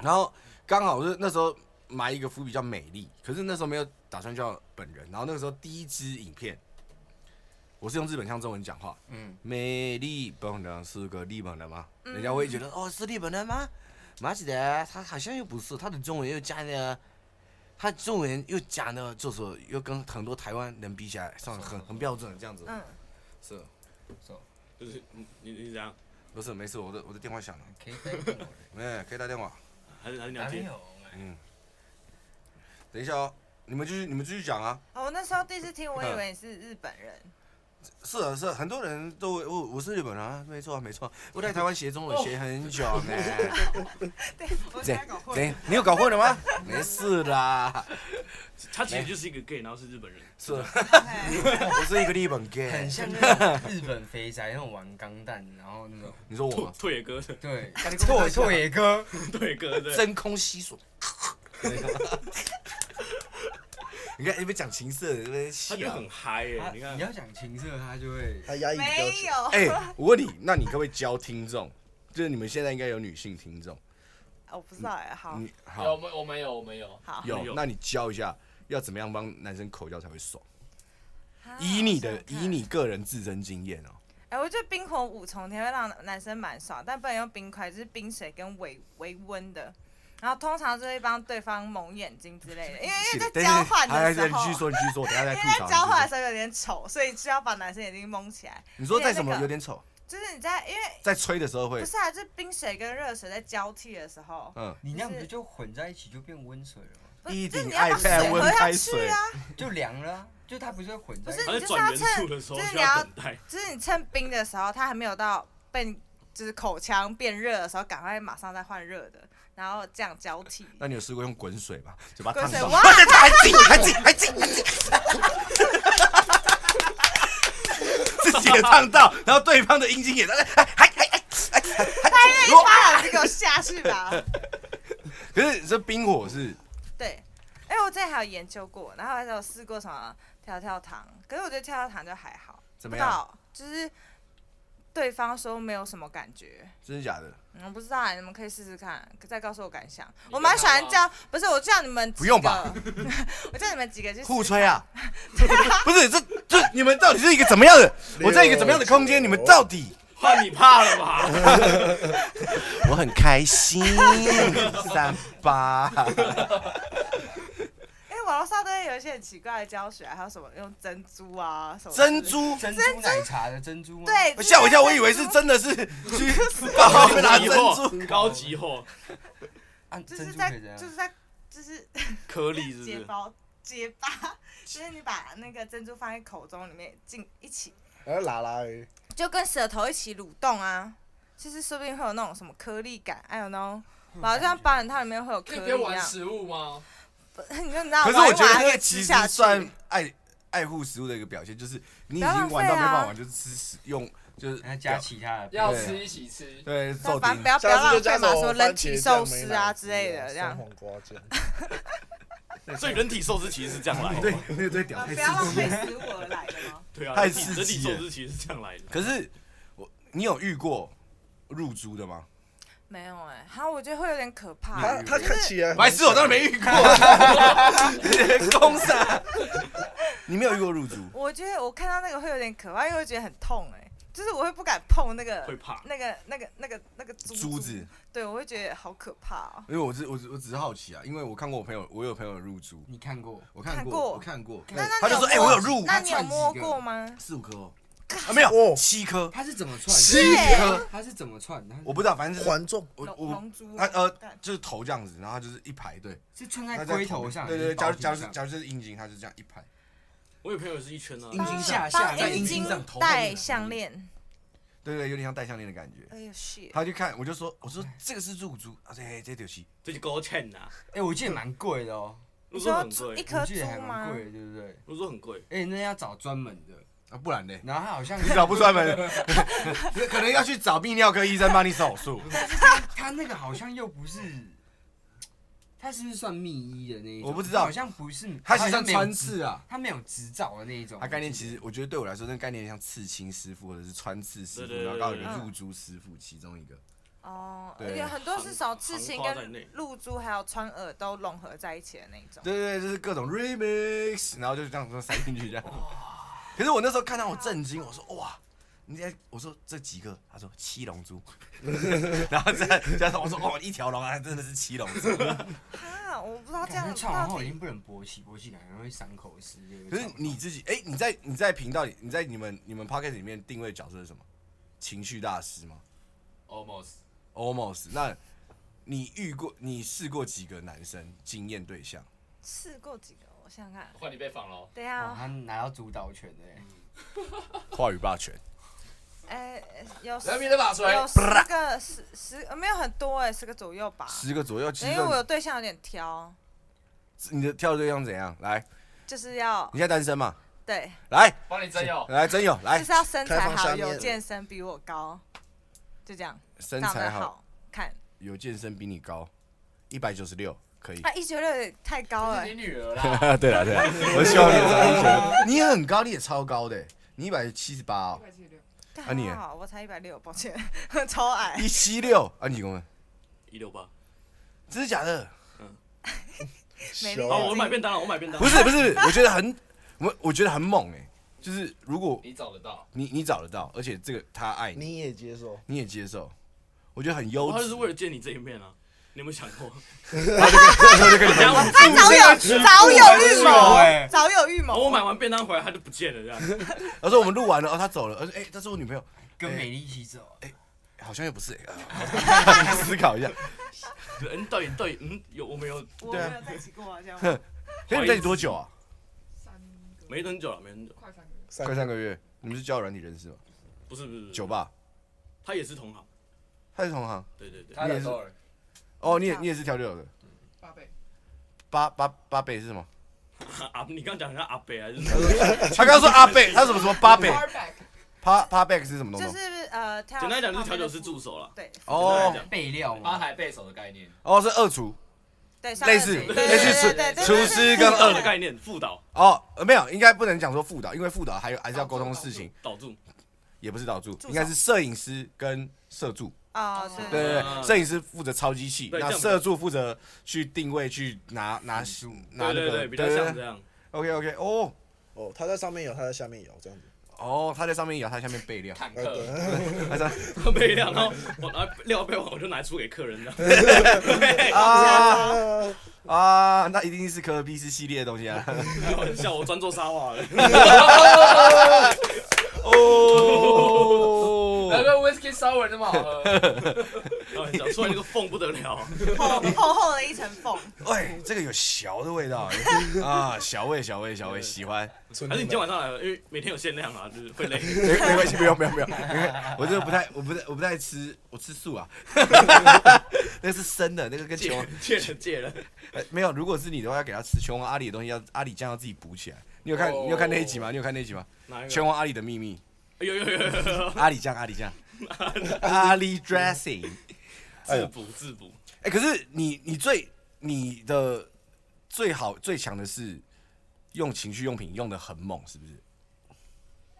Speaker 4: 然后刚好是那时候埋一个伏笔叫美丽，可是那时候没有打算叫本人。然后那个时候第一支影片，我是用日本腔中文讲话，
Speaker 2: 嗯，
Speaker 4: 美丽本人是个日本人吗？人家会觉得哦，是日本人吗？马吉的，他好像又不是，他的中文又加的，他中文又加的，就是又跟很多台湾人比起来，算很很标准这样子。
Speaker 5: 嗯，
Speaker 4: 是，
Speaker 1: 就是你你你怎样？
Speaker 4: 不是没事，我的我的电话响了，
Speaker 2: 可以再问我
Speaker 4: 哎，可以打电话。
Speaker 1: 还是还是你要
Speaker 2: 哪里
Speaker 1: 接？
Speaker 2: 有？
Speaker 4: 嗯，等一下哦，你们继续你们继续讲啊。
Speaker 5: 哦，我那时候第一次听，
Speaker 4: 嗯
Speaker 5: 我以为你是日本人，
Speaker 4: 是啊是啊，很多人都会我我是日本人啊，没错啊没错啊，我在台湾学中文学很久 呢、
Speaker 5: 对，我
Speaker 4: 这
Speaker 5: 现在搞混了。
Speaker 4: 这你有搞混了吗？没事啦，
Speaker 1: 他其实就是一个 gay，然后是日本人。
Speaker 4: 是啊
Speaker 5: OK
Speaker 4: 我是一个日本
Speaker 2: 很
Speaker 4: gay。
Speaker 2: 像那种日本肥宅那种玩钢弹，然后那种
Speaker 4: 你说我
Speaker 1: 拓
Speaker 4: 吗？
Speaker 1: 拓野哥的，
Speaker 2: 对，拓拓野哥，
Speaker 1: 拓野哥 的，
Speaker 4: 真空吸吮。你看，你们讲情色，你们
Speaker 1: 他
Speaker 4: 戏
Speaker 1: 就
Speaker 4: 啊。
Speaker 1: 很嗨耶
Speaker 2: 他！
Speaker 1: 你
Speaker 2: 你
Speaker 1: 看，
Speaker 2: 要讲情色，他就会
Speaker 3: 他压抑比较
Speaker 5: 没
Speaker 3: 久。
Speaker 5: 有，
Speaker 4: 哎、我问你，那你可不可以教听众？就是你们现在应该有女性听众，
Speaker 5: 我不知道哎，好，
Speaker 4: 你
Speaker 6: 有
Speaker 4: 嗯好
Speaker 6: 没我没有我没有，
Speaker 5: 好，
Speaker 4: 有，
Speaker 1: 有
Speaker 4: 那你教一下要怎么样帮男生口交才会爽？
Speaker 5: 啊
Speaker 4: 以你的
Speaker 5: 我想
Speaker 4: 以
Speaker 5: 想看
Speaker 4: 你个人自身经验哦、
Speaker 5: 哎、我觉得冰火五重天会让男生蛮爽，但不能用冰块，就是冰水跟微微温的。然后通常就会帮对方蒙眼睛之类的，因为因哎为在
Speaker 4: 等一
Speaker 5: 交
Speaker 4: 下
Speaker 5: 换
Speaker 4: 等一
Speaker 5: 的
Speaker 4: 下
Speaker 5: 时
Speaker 4: 你继续
Speaker 5: 候，
Speaker 4: 说，你继续说，等一下再
Speaker 5: 因
Speaker 4: 吐
Speaker 5: 为在
Speaker 4: 槽。
Speaker 5: 交换
Speaker 4: 你继续
Speaker 5: 的时候有点丑，所以就要把男生眼睛蒙起来。
Speaker 4: 你说在什
Speaker 5: 那
Speaker 4: 么
Speaker 5: 个
Speaker 4: 有点丑，
Speaker 5: 就是你在因为
Speaker 4: 在吹的时候会
Speaker 5: 不，是啊，就是冰水跟热水在交替的时候，
Speaker 4: 嗯，
Speaker 2: 你那样
Speaker 5: 就
Speaker 2: 不
Speaker 5: 是
Speaker 2: 就混在一起就变温水了吗？
Speaker 5: 不
Speaker 4: 一
Speaker 5: 是就是
Speaker 4: 顶
Speaker 5: 你要把
Speaker 4: iPad
Speaker 5: 水
Speaker 4: 温
Speaker 5: 喝下
Speaker 4: 开
Speaker 5: 去
Speaker 4: 水
Speaker 5: 啊，
Speaker 2: 就凉了啊，就它不是会混在一起
Speaker 5: 不是
Speaker 1: 他在
Speaker 5: 你就是
Speaker 1: 转
Speaker 5: 要
Speaker 1: 元
Speaker 5: 趁
Speaker 1: 素的时候
Speaker 5: 就是
Speaker 1: 需
Speaker 5: 你要
Speaker 1: 要等待。
Speaker 5: 就是你趁冰的时候，它还没有到被就是口腔变热的时候，赶快马上再换热的，然后这样交替。
Speaker 4: 那你有试过用滚水吗？嘴巴
Speaker 5: 滚
Speaker 4: 烫
Speaker 5: 水
Speaker 4: 到。
Speaker 5: 哇！
Speaker 4: 还进还进还进还进，自己也烫到，然后对方的阴茎也在那，哎还还还还还还
Speaker 5: 他 愿意发老师给我下去吧？
Speaker 4: 可是这冰火是
Speaker 5: 对，哎、我之前还有研究过，然后还有试过什么跳跳糖，可是我觉得跳跳糖就还好，
Speaker 4: 怎
Speaker 5: 不
Speaker 4: 么
Speaker 5: 知
Speaker 4: 样？
Speaker 5: 道就是对方说没有什么感觉。
Speaker 4: 真的假的？
Speaker 5: 嗯我不知道，你们可以试试看，再告诉我感想。
Speaker 6: 你
Speaker 5: 我蛮喜欢
Speaker 6: 跟他
Speaker 5: 叫，不是我叫你们
Speaker 4: 不用吧
Speaker 5: 几个？ 我叫你们几 个去试
Speaker 4: 互吹啊！ 不是这这你们到底是一个怎么样 的？我在一个怎么样的空间？你们到底？
Speaker 1: 怕你怕了 吧？
Speaker 7: 我很开心。
Speaker 4: 三 八，
Speaker 5: 因为哎网络上都会有一些很奇怪的教学，还有什么用珍珠啊什么之类
Speaker 4: 珍
Speaker 5: 的
Speaker 4: 珠。
Speaker 2: 珍珠奶茶的珍珠吗？，
Speaker 5: 对，
Speaker 4: 我吓我一跳，我以为是真的 是去爸爸会
Speaker 1: 高
Speaker 4: 拿
Speaker 1: 级
Speaker 4: 珍
Speaker 1: 货
Speaker 4: 珠，，
Speaker 1: 高级货，
Speaker 2: 啊，
Speaker 5: 就是
Speaker 2: 珍珠
Speaker 5: 在
Speaker 2: 可以这样
Speaker 5: 就是在就是
Speaker 1: 颗粒是不
Speaker 5: 结
Speaker 1: 是？
Speaker 5: 包 结巴，就是你把那个珍珠放在口中里面进一起，
Speaker 3: 然
Speaker 4: 哎
Speaker 3: 后拉拉欸，
Speaker 5: 就跟舌头一起蠕动啊，就是说不定会有那种什么颗粒感，I don't know。然
Speaker 4: 嗯
Speaker 5: 后像保险套里面会有颗
Speaker 6: 可以啊
Speaker 5: 粒
Speaker 6: 不要
Speaker 5: 一
Speaker 6: 玩
Speaker 5: 样，
Speaker 6: 食物吗？
Speaker 5: 你就你知道，
Speaker 4: 可是我觉得
Speaker 5: 玩一玩
Speaker 4: 那个
Speaker 5: 会吃
Speaker 4: 其实
Speaker 5: 下去
Speaker 4: 算爱爱护食物的一个表现，就是你已经玩到没办法玩，就是吃食用就是
Speaker 2: 然后加其他的，
Speaker 4: 啊
Speaker 6: 要吃一起吃，
Speaker 4: 对
Speaker 5: 但
Speaker 4: 揍
Speaker 5: 反
Speaker 4: 敌
Speaker 5: 正不。要不要
Speaker 3: 下
Speaker 5: 浪费
Speaker 3: 次就加什
Speaker 5: 嘛，
Speaker 3: 么
Speaker 5: 说人
Speaker 3: 番
Speaker 5: 体
Speaker 3: 茄
Speaker 5: 寿
Speaker 3: 酱梅
Speaker 5: 司
Speaker 3: 奶
Speaker 5: 啊
Speaker 3: 汁
Speaker 5: 之类的这
Speaker 3: 酸
Speaker 5: 样，
Speaker 3: 黄瓜酱。
Speaker 1: 所以人体寿司其实是这样来的。
Speaker 4: 对，那对屌
Speaker 5: 啊
Speaker 4: 太
Speaker 5: 不
Speaker 4: 刺
Speaker 5: 要浪
Speaker 4: 激
Speaker 5: 费
Speaker 4: 了。
Speaker 5: 食物而来的吗？
Speaker 1: 对啊，
Speaker 4: 太
Speaker 1: 人体
Speaker 4: 刺
Speaker 1: 人体
Speaker 4: 激
Speaker 1: 寿
Speaker 4: 了
Speaker 1: 司其实是这样来的。
Speaker 4: 可是我你有遇过入猪的吗？
Speaker 5: 没有哎，好，我觉得会有点可怕。
Speaker 3: 他他
Speaker 5: 就是
Speaker 3: 看起来很
Speaker 4: 白痴，我当然没遇过啊。 公啊傻，你没有遇过入猪？
Speaker 5: 我觉得我看到那个会有点可怕，因为我觉得很痛哎、就是我会不敢碰那个
Speaker 1: 会怕
Speaker 5: 那个那个那个那个珠
Speaker 4: 珠子，
Speaker 5: 对我会觉得好可怕哦、
Speaker 4: 因为我只我只我只是好奇啊，因为我看过我朋友，我有朋友入猪，
Speaker 2: 你看过？
Speaker 4: 我
Speaker 5: 看
Speaker 4: 看
Speaker 5: 过
Speaker 4: 过，我看过，
Speaker 5: 那那
Speaker 4: 他就
Speaker 5: 你
Speaker 4: 说：“
Speaker 5: 有
Speaker 4: 哎，
Speaker 5: 摸
Speaker 4: 我有入
Speaker 5: 那你有
Speaker 2: 串几
Speaker 5: 摸
Speaker 2: 个
Speaker 5: 过吗？
Speaker 4: 四五颗哦，啊没有
Speaker 3: 哦
Speaker 4: 七颗，
Speaker 2: 它是怎么串？
Speaker 5: 七颗，
Speaker 2: 它是怎么串？它是
Speaker 4: 我不知道，反正就是
Speaker 3: 环重，
Speaker 4: 我
Speaker 5: 龙
Speaker 4: 我
Speaker 5: 龙珠
Speaker 4: 他
Speaker 5: 吗，
Speaker 4: 呃
Speaker 5: 干
Speaker 4: 就是头这样子，然后他就是一排对，
Speaker 2: 是串
Speaker 4: 他
Speaker 2: 在龟头上，
Speaker 4: 对对对，假
Speaker 2: 还
Speaker 4: 如
Speaker 2: 是
Speaker 4: 假
Speaker 2: 包皮
Speaker 4: 如是
Speaker 2: 上
Speaker 4: 假如是阴茎，他是这样一排，
Speaker 1: 我有朋友是一圈啊，
Speaker 5: 嗯
Speaker 2: 阴茎下
Speaker 5: 当
Speaker 2: 下
Speaker 5: 当
Speaker 2: 在
Speaker 5: 阴
Speaker 2: 阴
Speaker 5: 茎
Speaker 2: 茎上头
Speaker 5: 戴项，链，
Speaker 4: 对对，有点像戴项链的感觉。
Speaker 5: 哎呦 shit，
Speaker 4: 他就看，我就说，我说这个是入珠，啊对，这就是
Speaker 1: 这就勾芡呐。
Speaker 2: 哎，我记得蛮贵的哦，
Speaker 1: 如
Speaker 5: 你
Speaker 1: 说
Speaker 5: 说
Speaker 1: 很
Speaker 5: 珠一
Speaker 1: 贵，
Speaker 5: 颗
Speaker 2: 我
Speaker 5: 珠
Speaker 2: 记得还蛮
Speaker 5: 吗？
Speaker 2: 贵的，对不对？
Speaker 1: 如说很贵，
Speaker 2: 哎，那要找专门的，
Speaker 4: 啊，不然呢？
Speaker 2: 然后它好像
Speaker 4: 你找不出来门， 可能要去找泌尿科医生帮你手术。
Speaker 2: 它那个好像又不是他是不是算密医的那一种？
Speaker 4: 我不知道
Speaker 2: 好像不是，
Speaker 4: 它其实
Speaker 2: 好
Speaker 4: 像
Speaker 2: 没有
Speaker 4: 穿
Speaker 2: 执
Speaker 4: 刺啊，
Speaker 2: 他没有执照的那一种。
Speaker 4: 它概念其实我觉得对我来说，那概念像刺青师傅或者是穿刺师傅，
Speaker 1: 对对对
Speaker 4: 然后到有个
Speaker 5: 对
Speaker 4: 入珠师傅其中一个。
Speaker 5: 哦，
Speaker 4: 对
Speaker 5: 有很多是手刺青
Speaker 1: 行行话在内
Speaker 5: 跟露珠还有穿耳都融合在一起的那种。
Speaker 4: 对对对，就是各种 remix，然后就这样说塞进去这样。 可是我那时候看到我震惊，我说哇，你在我说这几个，他说七龙珠， 然后再加上我说哦一条龙啊，真的是七龙珠。
Speaker 5: 啊，我不知道这
Speaker 2: 感觉
Speaker 5: 样
Speaker 2: 唱完
Speaker 5: 到
Speaker 2: 后已
Speaker 5: 底
Speaker 2: 经不能勃起，勃起感觉会伤口湿。
Speaker 4: 可是你自己，哎、你在你在频道里，你在你们你们 podcast 里面定位角色是什么？情绪大师吗
Speaker 6: almost
Speaker 4: ？Almost。那你遇过你试过几个男生经验对象？
Speaker 5: 试过几个？我想想看，
Speaker 6: 换你被访哦喽。
Speaker 5: 等一
Speaker 2: 哇，
Speaker 5: 下，哦
Speaker 2: 哦他拿到主导权的欸，
Speaker 4: 话语霸权。
Speaker 5: 哎，有十
Speaker 6: 人民的法锤，
Speaker 5: 有十个十十呃没有很多哎，十个左右吧。
Speaker 4: 十个左右，其
Speaker 5: 因
Speaker 4: 实
Speaker 5: 哎为我有对象有点挑，
Speaker 4: 你的跳的对象怎样？来，
Speaker 5: 就是要
Speaker 4: 你现在哎单身嘛？
Speaker 5: 对，
Speaker 4: 来，
Speaker 6: 帮你征友。
Speaker 4: 来，真有来
Speaker 5: 就，是要身
Speaker 3: 开
Speaker 5: 材
Speaker 3: 放下
Speaker 5: 好，
Speaker 3: 面
Speaker 5: 有健身，比我高，就这样，
Speaker 4: 身
Speaker 5: 长
Speaker 4: 材
Speaker 5: 得
Speaker 4: 好，
Speaker 5: 好看。
Speaker 4: 有健身比你高，一百九十六，可以。
Speaker 5: 他啊一九六太高了
Speaker 6: 是，你女儿 啦，
Speaker 4: 对了对了，我希望你也长一圈你也很高，你也超高的、你一百七十八哦，
Speaker 5: 干
Speaker 4: 啊你
Speaker 5: 还好，我才一百六，抱歉， 超矮。
Speaker 4: 一七六啊，你几公分？
Speaker 1: 一六八。
Speaker 4: 真的假的？
Speaker 5: 美
Speaker 3: 小
Speaker 5: 丽
Speaker 1: 哦，我买便当了，我买便当
Speaker 4: 不。是不是，我觉得很我我觉得很猛哎、就是如果
Speaker 6: 你找得到。
Speaker 4: 你你找得到，而且这个他爱你，
Speaker 3: 你也接受，
Speaker 4: 你也接受，我觉得很优
Speaker 1: 哦他就
Speaker 4: 质
Speaker 1: 是。为了见你这一面啊，你有没有想 过？
Speaker 5: 他 早有早有预
Speaker 4: 哦
Speaker 2: 我
Speaker 5: 谋，
Speaker 2: 哎
Speaker 5: 早有预
Speaker 1: 然 后我
Speaker 5: 谋。
Speaker 1: 买完便当回来，他就不见了，这样。
Speaker 4: 他说我们录完了，哦，他走了，而且哎，她是我女朋友，
Speaker 2: 跟美丽一啊起走。
Speaker 4: 好像也不是、欸呃 思考一下。
Speaker 1: 嗯，到底到底，嗯，有我没有？
Speaker 5: 我没
Speaker 4: 对啊
Speaker 5: 有在一起过，好像。
Speaker 4: 可是你在一起多久啊？
Speaker 1: 没很久了，没很久。
Speaker 8: 快三个月，
Speaker 3: 三
Speaker 4: 快三个月。你们是交友软体认识吗？
Speaker 1: 不是不是不是，
Speaker 4: 酒吧，
Speaker 1: 他也是同行。
Speaker 4: 他是同行。
Speaker 1: 对对对，
Speaker 6: 他的 door
Speaker 4: 哦，你也你也是调酒的。
Speaker 8: 八倍，
Speaker 4: 八八八倍是什么？
Speaker 1: 阿你刚讲像阿北还是？
Speaker 4: 他刚刚说阿贝，他什么什么八倍
Speaker 8: Far back，
Speaker 4: 八八倍是什么东
Speaker 5: 就
Speaker 4: 东？
Speaker 5: 是呃，调
Speaker 1: 简单来讲就是
Speaker 5: 旁
Speaker 1: 调
Speaker 5: 边的
Speaker 1: 酒师助手啦。
Speaker 5: 服。对
Speaker 4: 哦
Speaker 2: 备料
Speaker 6: 八
Speaker 2: 嘛，
Speaker 6: 台背手的概念，
Speaker 4: 哦，是二厨
Speaker 5: 对，上
Speaker 4: 类
Speaker 5: 面
Speaker 4: 似
Speaker 5: 有对
Speaker 4: 类似
Speaker 5: 对对对
Speaker 4: 厨
Speaker 5: 对
Speaker 4: 厨师跟
Speaker 1: 二
Speaker 4: 二
Speaker 1: 的概念，副导
Speaker 4: 哦，呃没有，应该不能讲说副导，因为副导还有还是要沟通事情，
Speaker 1: 导助，
Speaker 4: 也不是导助，
Speaker 5: 手
Speaker 4: 应该是摄影师跟摄助。
Speaker 5: 哦，
Speaker 4: 对
Speaker 5: 对对
Speaker 4: 对
Speaker 1: 啊
Speaker 4: 对，摄影师负责操机器，
Speaker 1: 对
Speaker 4: 那
Speaker 1: 这样
Speaker 4: 摄助负责去定位去拿拿拿
Speaker 1: 对
Speaker 4: 那
Speaker 1: 对
Speaker 4: 个
Speaker 1: 对，比较像这样。
Speaker 4: OK OK，哦
Speaker 3: 哦，他在上面摇，他在下面摇，这样子。
Speaker 4: 哦，他在上面摇，他在下面备料。
Speaker 6: 坦
Speaker 3: 呃，
Speaker 6: 克，
Speaker 3: 对，
Speaker 4: 他在
Speaker 1: 备料，然后我拿料备完，我就拿出给客人这样。
Speaker 4: 啊啊，那一定是科比斯系列的东西啊！
Speaker 1: 开玩笑，我专做沙瓦的。
Speaker 6: 难
Speaker 4: 哦，
Speaker 6: 怪 whiskey sour 那么好喝。
Speaker 1: 开 玩笑，出来那个缝不得 了。
Speaker 5: 对，厚厚厚的一层缝。
Speaker 4: 喂，这个有小的味道哎啊，小味小味小味，喜欢。
Speaker 3: 纯
Speaker 1: 还是你今天
Speaker 3: 天
Speaker 1: 晚上来了，因为每天有限量啊，就是会 累。
Speaker 4: 没没关系，不用不用不用，没关系我这个不太，我不太我不太吃，我吃素啊。 那是生的，那个跟
Speaker 1: 借
Speaker 4: 琼
Speaker 1: 借了借了，
Speaker 4: 呃没有，如果是你的话，要给他吃琼王阿里的东西，要阿里酱要自己补起来。你有看你有看那一集吗？你有看那一集吗？
Speaker 1: 哪一
Speaker 4: 拳
Speaker 1: 个？哎
Speaker 4: 王阿里的秘密，
Speaker 1: 有有有有有，
Speaker 4: 阿里酱阿里酱，阿里 dressing。
Speaker 1: 自补自补。
Speaker 4: 哎、可是你你最你的最好最强的是用情趣用品用的很猛，是不是？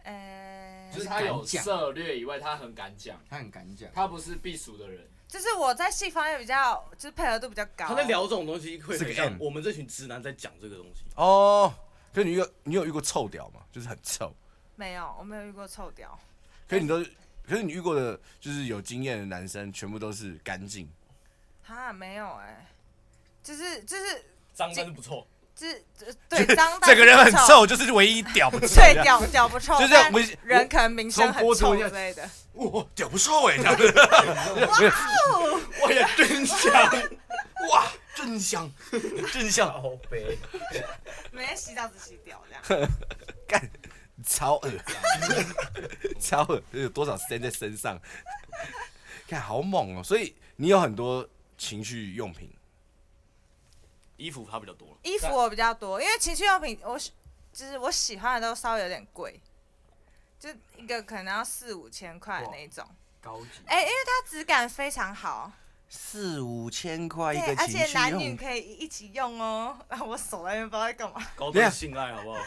Speaker 5: 呃
Speaker 6: 就，是他有策略以外，他很敢讲，
Speaker 2: 他很敢讲。
Speaker 6: 他不是避暑的人。
Speaker 5: 就是我在戏方面比较，就是配合度比较高。
Speaker 1: 他在聊这种东西，会
Speaker 4: 是个
Speaker 1: 很像
Speaker 4: M
Speaker 1: 我们这群直男在讲这个东西。
Speaker 4: 哦，可是你有你有遇过臭屌吗？就是很臭，
Speaker 5: 没有，我没有遇过臭屌。
Speaker 4: 可是你都可是你遇过的，就是有经验的男生，全部都是干净。
Speaker 5: 哈，没有哎、就是就是
Speaker 1: 脏但是不错，
Speaker 5: 就是 就是对脏，
Speaker 4: 这个人很
Speaker 5: 臭，
Speaker 4: 臭，就是唯一屌不臭这
Speaker 5: 对
Speaker 4: 样。
Speaker 5: 屌屌不臭，
Speaker 4: 就这样
Speaker 5: 但
Speaker 4: 我
Speaker 5: 人可能名声
Speaker 4: 从
Speaker 5: 很
Speaker 4: 剥夺
Speaker 5: 臭
Speaker 4: 一下
Speaker 5: 之类的。
Speaker 4: 哇，屌不臭哎、这样子。
Speaker 5: 哦
Speaker 1: 我也真香。
Speaker 4: 哇，真香，真香，
Speaker 5: 每天洗澡只洗屌这样，
Speaker 4: 干，超恶，超恶，有多少塞在身上？看好猛哦、所以你有很多情趣用品。
Speaker 1: 衣服他比较多了，
Speaker 5: 衣服我比较多，因为情趣用品我喜就是我喜欢的都稍微有点贵，就一个可能要四五千块那种。
Speaker 2: 高级，
Speaker 5: 哎、因为它质感非常好，
Speaker 7: 四五千块一
Speaker 5: 对，
Speaker 7: 个
Speaker 5: 而
Speaker 7: 情
Speaker 5: 且男
Speaker 7: 趣
Speaker 5: 女
Speaker 7: 用，
Speaker 5: 可以一起用哦。 然后我手在那边不知道在干嘛，
Speaker 1: 高
Speaker 4: 等一
Speaker 1: 端
Speaker 4: 下
Speaker 1: 信赖好不好？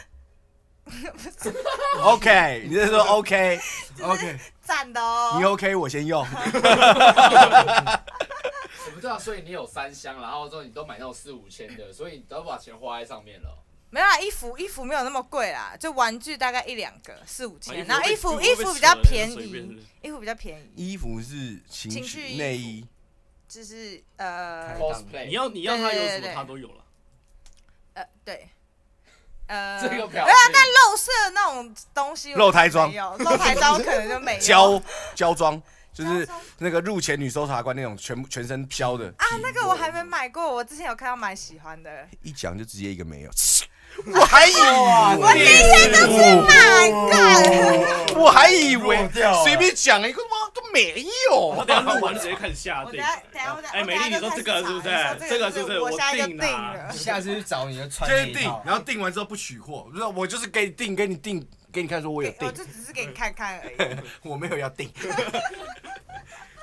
Speaker 4: OK，你在 说 OK OK，
Speaker 5: 赞的哦。
Speaker 4: 你 OK 我先用，
Speaker 6: 我不知道，所以你有三箱，然后之后你都买那种四五千的，所以你都把钱花在上面了。
Speaker 5: 没有啊，衣服衣服没有那么贵啦，就玩具大概一两个，四五
Speaker 1: 啊买衣
Speaker 5: 千。
Speaker 1: 服
Speaker 5: 然后
Speaker 1: 被
Speaker 5: 衣服
Speaker 1: 被
Speaker 5: 衣
Speaker 1: 被
Speaker 5: 服
Speaker 1: 扯
Speaker 5: 比较
Speaker 1: 了
Speaker 5: 便
Speaker 1: 随便
Speaker 5: 宜，衣服比较便宜，
Speaker 4: 衣服是情
Speaker 5: 情趣
Speaker 4: 趣
Speaker 5: 衣
Speaker 4: 内衣，
Speaker 5: 就是呃
Speaker 6: cosplay，
Speaker 1: 你要你要他有什
Speaker 5: 对对
Speaker 1: 么
Speaker 5: 对
Speaker 1: 他都有了，
Speaker 5: 呃对，呃
Speaker 6: 这个表
Speaker 5: 没有啊
Speaker 6: 情
Speaker 5: 但露色那种东西我
Speaker 4: 露台装
Speaker 5: 没有，露台装可能就没有。
Speaker 4: 胶胶装，就是
Speaker 5: 胶装
Speaker 4: 那个入前女搜查官那种全部全身飘的
Speaker 5: 啊，那个我还没买过，我之前有看到蛮喜欢的。
Speaker 4: 一讲就直接一个 没有。我还以
Speaker 5: 我那天
Speaker 4: 为，
Speaker 5: 就是买个，
Speaker 4: 我还以为
Speaker 2: 弱掉了
Speaker 4: 随便讲一个妈都没
Speaker 1: 他
Speaker 4: 有。
Speaker 1: 等一下录完直接开始下
Speaker 5: 我
Speaker 1: 定
Speaker 5: 等下。等下我等下
Speaker 1: 哎，
Speaker 5: 我
Speaker 1: 美
Speaker 5: 等下
Speaker 1: 丽，你
Speaker 5: 就
Speaker 1: 说
Speaker 5: 开
Speaker 1: 这
Speaker 5: 始
Speaker 1: 个是不是这个是
Speaker 5: 查你？说这个
Speaker 1: 不
Speaker 5: 不
Speaker 1: 是？
Speaker 5: 我现在就
Speaker 1: 定
Speaker 5: 定
Speaker 1: 啦。
Speaker 5: 了
Speaker 2: 你。下次去找你的穿
Speaker 4: 就是
Speaker 2: 那
Speaker 4: 定
Speaker 2: 一套，
Speaker 4: 然后定完之后不取货，不是，我就是给你定，给你定，给你看说我有
Speaker 5: 给我
Speaker 4: 定，
Speaker 5: 就只是给你看看而已。
Speaker 4: 我没有要定。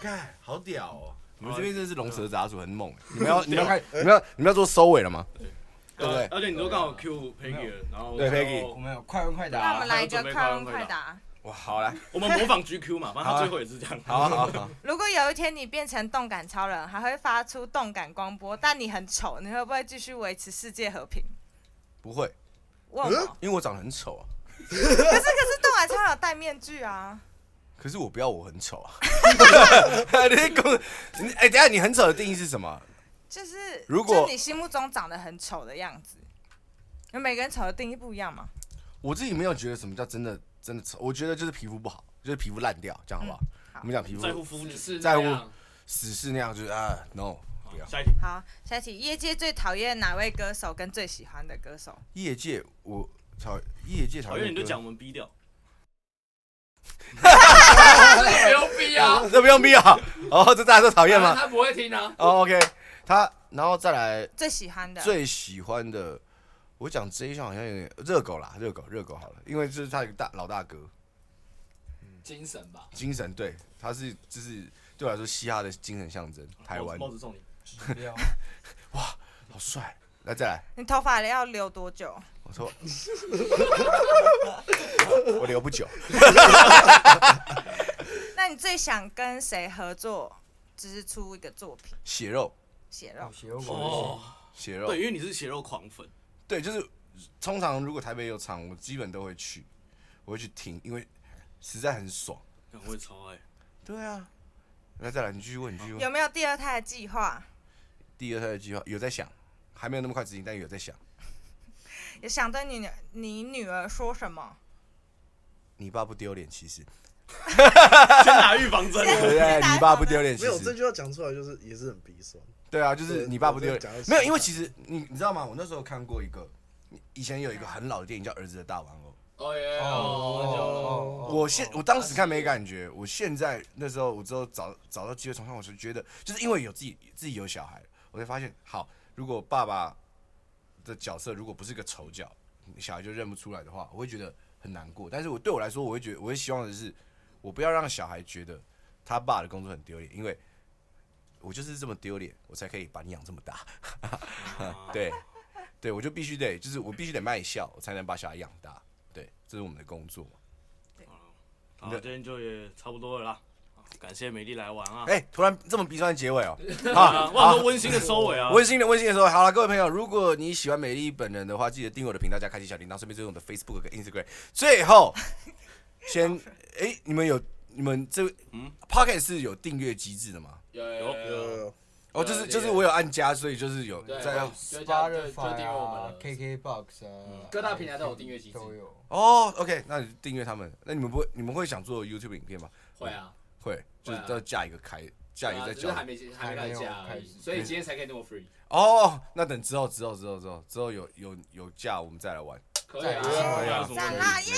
Speaker 4: 看，好屌哦！你们这边真是龙蛇杂处，很猛欸。你们 要，你们要看，你们要，你们要做收尾了吗？对不对
Speaker 1: 而且你都刚好 Q Peggy 了，然后
Speaker 4: 对
Speaker 1: 然后
Speaker 4: Peggy
Speaker 2: 我们有快问快
Speaker 5: 那我
Speaker 2: 答
Speaker 5: 们，来一个
Speaker 1: 还有准备
Speaker 5: 快
Speaker 1: 快
Speaker 5: 问
Speaker 1: 问
Speaker 5: 快
Speaker 1: 快
Speaker 5: 答。
Speaker 4: 哇，好来，
Speaker 1: 我们模仿 GQ 嘛，反正
Speaker 4: 好啊
Speaker 1: 他最后也是这样。
Speaker 4: 好啊好啊好啊，
Speaker 5: 如果有一天你变成动感超人，还会发出动感光波，但你很丑，你会不会继续维持世界和平？
Speaker 4: 不会，
Speaker 5: 问我。
Speaker 4: 因为我长得很丑啊。
Speaker 5: 可是可是动感超人有戴面具啊，
Speaker 4: 可是我不要我很丑啊！ 你在跟我你哎、等一下你很丑的定义是什么？
Speaker 5: 就是
Speaker 4: 如果
Speaker 5: 就你心目中长得很丑的样子，因为每个人丑的定义不一样嘛。
Speaker 4: 我自己没有觉得什么叫真的真的丑，我觉得就是皮肤不好，就是皮肤烂掉，这样好不好？
Speaker 5: 好
Speaker 4: 我们讲皮
Speaker 1: 在乎
Speaker 4: 肤
Speaker 1: 肤
Speaker 6: 只
Speaker 1: 质。
Speaker 6: 是
Speaker 4: 在
Speaker 6: 这
Speaker 4: 乎
Speaker 6: 样。
Speaker 4: 死是那样，就是啊，no，不要。
Speaker 1: 下一题，
Speaker 5: 好，下一题，业界最讨厌哪位歌手跟最喜欢的歌手？
Speaker 4: 业界我讨业界讨
Speaker 1: 讨厌
Speaker 4: 厌，
Speaker 1: 你就讲，我们逼掉。
Speaker 6: 哎没有必要。
Speaker 4: 这不用逼 啊！哦，这大家都讨厌吗？
Speaker 6: 他不会听啊。
Speaker 4: 哦，OK，他然后再来
Speaker 5: 最喜欢的，
Speaker 4: 最喜欢的，我讲这一项好像有点热狗啦，热狗热狗好了，因为就是他有个大老大哥，
Speaker 6: 精神吧，
Speaker 4: 精神，对，他是就是对我来说嘻哈的精神象征，台湾
Speaker 1: 哦帽子帽子送你。
Speaker 2: 不要
Speaker 4: 好帅。那再来，
Speaker 5: 你头发要留多久？
Speaker 4: 我说 我留不久，
Speaker 5: 那你最想跟谁合作？只是出一个作品，
Speaker 4: 血肉
Speaker 5: 血肉。
Speaker 2: 血肉
Speaker 1: 哦
Speaker 2: 果，
Speaker 4: 血肉，
Speaker 1: 对，因为你是血肉狂粉，
Speaker 4: 对就是通常如果台北有场，我基本都会去，我会去听，因为实在很爽。
Speaker 1: 干我也超 爱。
Speaker 4: 对啊，那再来，你继续问，你继续
Speaker 5: 有
Speaker 4: 问。
Speaker 5: 没有第二胎的计划？
Speaker 4: 第二胎的计划有在想，还没有那么快执行，但有在想。
Speaker 5: 也想对你女你女儿说什么？
Speaker 4: 你爸不丢脸，其实
Speaker 1: 先打预防 针。
Speaker 4: 对不对？你爸不丢脸，其
Speaker 3: 没有这
Speaker 4: 实
Speaker 3: 句话讲出来就是也是很鼻酸。
Speaker 4: 对啊，就是
Speaker 3: 对
Speaker 4: 你爸不丢
Speaker 3: 我真的
Speaker 4: 脸没
Speaker 3: 讲到。
Speaker 4: 有，
Speaker 3: 心
Speaker 4: 因为
Speaker 3: 寒
Speaker 4: 其实你你知道吗？我那时候看过一个，以前有一个很老的电影叫《儿子的大玩偶》。
Speaker 6: 哦耶，
Speaker 2: 哦
Speaker 4: 我现我当时看没感觉，我现在那时候我之后找找到机会重看，我就觉得就是因为有自己自己有小孩，我才发现，好，如果爸爸的角色如果不是个丑角，小孩就认不出来的话，我会觉得很难过。但是我对我来说，我会觉得我会希望的是，我不要让小孩觉得他爸的工作很丢脸，因为我就是这么丢脸，我才可以把你养这么 大。对，对我就必须得，就是我必须得卖笑，我才能把小孩养大。对，这是我们的工作。
Speaker 1: 好，今天就也差不多了啦。好感谢美丽来玩啊！
Speaker 4: 哎、突然这么鼻酸的结尾哦、
Speaker 1: 啊，
Speaker 4: 好，
Speaker 1: 哇，
Speaker 4: 好
Speaker 1: 温馨的收尾啊！
Speaker 4: 温馨的温馨的时候，好了，各位朋友，如果你喜欢美丽本人的话，记得订阅我的频道加开启小铃铛，顺便追踪我的 Facebook 跟 Instagram。最 后，先哎、你们有你们这嗯
Speaker 1: 嗯
Speaker 4: Pocket 是有订阅机制的吗？
Speaker 6: 有有有有有，
Speaker 3: 呃，
Speaker 4: 哦，
Speaker 6: 有
Speaker 4: 就是
Speaker 6: 订阅
Speaker 4: 就是我有按加，所以就是有
Speaker 6: 对，
Speaker 4: 在
Speaker 6: 就这样就就订
Speaker 2: Spotify
Speaker 6: 阅我们
Speaker 2: 啊
Speaker 6: 了。嗯
Speaker 2: ，KK 啊 Box 啊，
Speaker 6: 各大平台都有订阅机制
Speaker 2: 都有。
Speaker 4: 哦，OK，那你订阅他们，那你们不会你们会想做 YouTube 影片吗？
Speaker 6: 会啊，
Speaker 4: 会，就
Speaker 6: 会
Speaker 4: 是
Speaker 6: 啊
Speaker 4: 要架一个开架
Speaker 6: 对
Speaker 4: 一
Speaker 6: 啊
Speaker 4: 个再
Speaker 6: 只是
Speaker 4: 教
Speaker 6: 还。没还没
Speaker 2: 还
Speaker 6: 开
Speaker 2: 没有
Speaker 6: 始加而已，
Speaker 2: 开始
Speaker 6: 所以今天才可以那么 free，
Speaker 4: 哦，那等之后之后之后之后之后有有有架，我们再来玩。
Speaker 6: 可以
Speaker 2: 对
Speaker 6: 啊。
Speaker 2: 啊
Speaker 1: 对啊
Speaker 4: 可以
Speaker 1: 没问
Speaker 5: 赞
Speaker 1: 题
Speaker 5: 啦耶！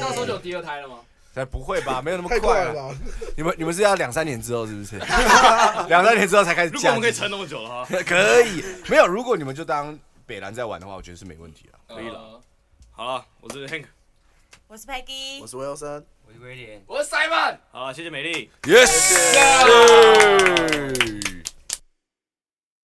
Speaker 6: 到时候就有第二胎了吗？
Speaker 4: 才不会吧？没有那么
Speaker 3: 太
Speaker 4: 快
Speaker 3: 快
Speaker 4: 啊
Speaker 3: 了。吧！
Speaker 4: 你们你们是要两三年之后是 不是？两三年之后才开始
Speaker 1: 如果我
Speaker 4: 降？
Speaker 1: 们可以撑那么久的话，
Speaker 4: 可以没有？如果你们就当北兰在玩的话，我觉得是没问题啊。
Speaker 1: 可以了
Speaker 6: 呃。
Speaker 1: 好了，我是 Hank，
Speaker 5: 我是 Peggy，
Speaker 3: 我是 Wilson，
Speaker 7: 我是威廉。
Speaker 1: 我是 Simon。
Speaker 4: 好，谢谢美丽。
Speaker 9: Yes，sir。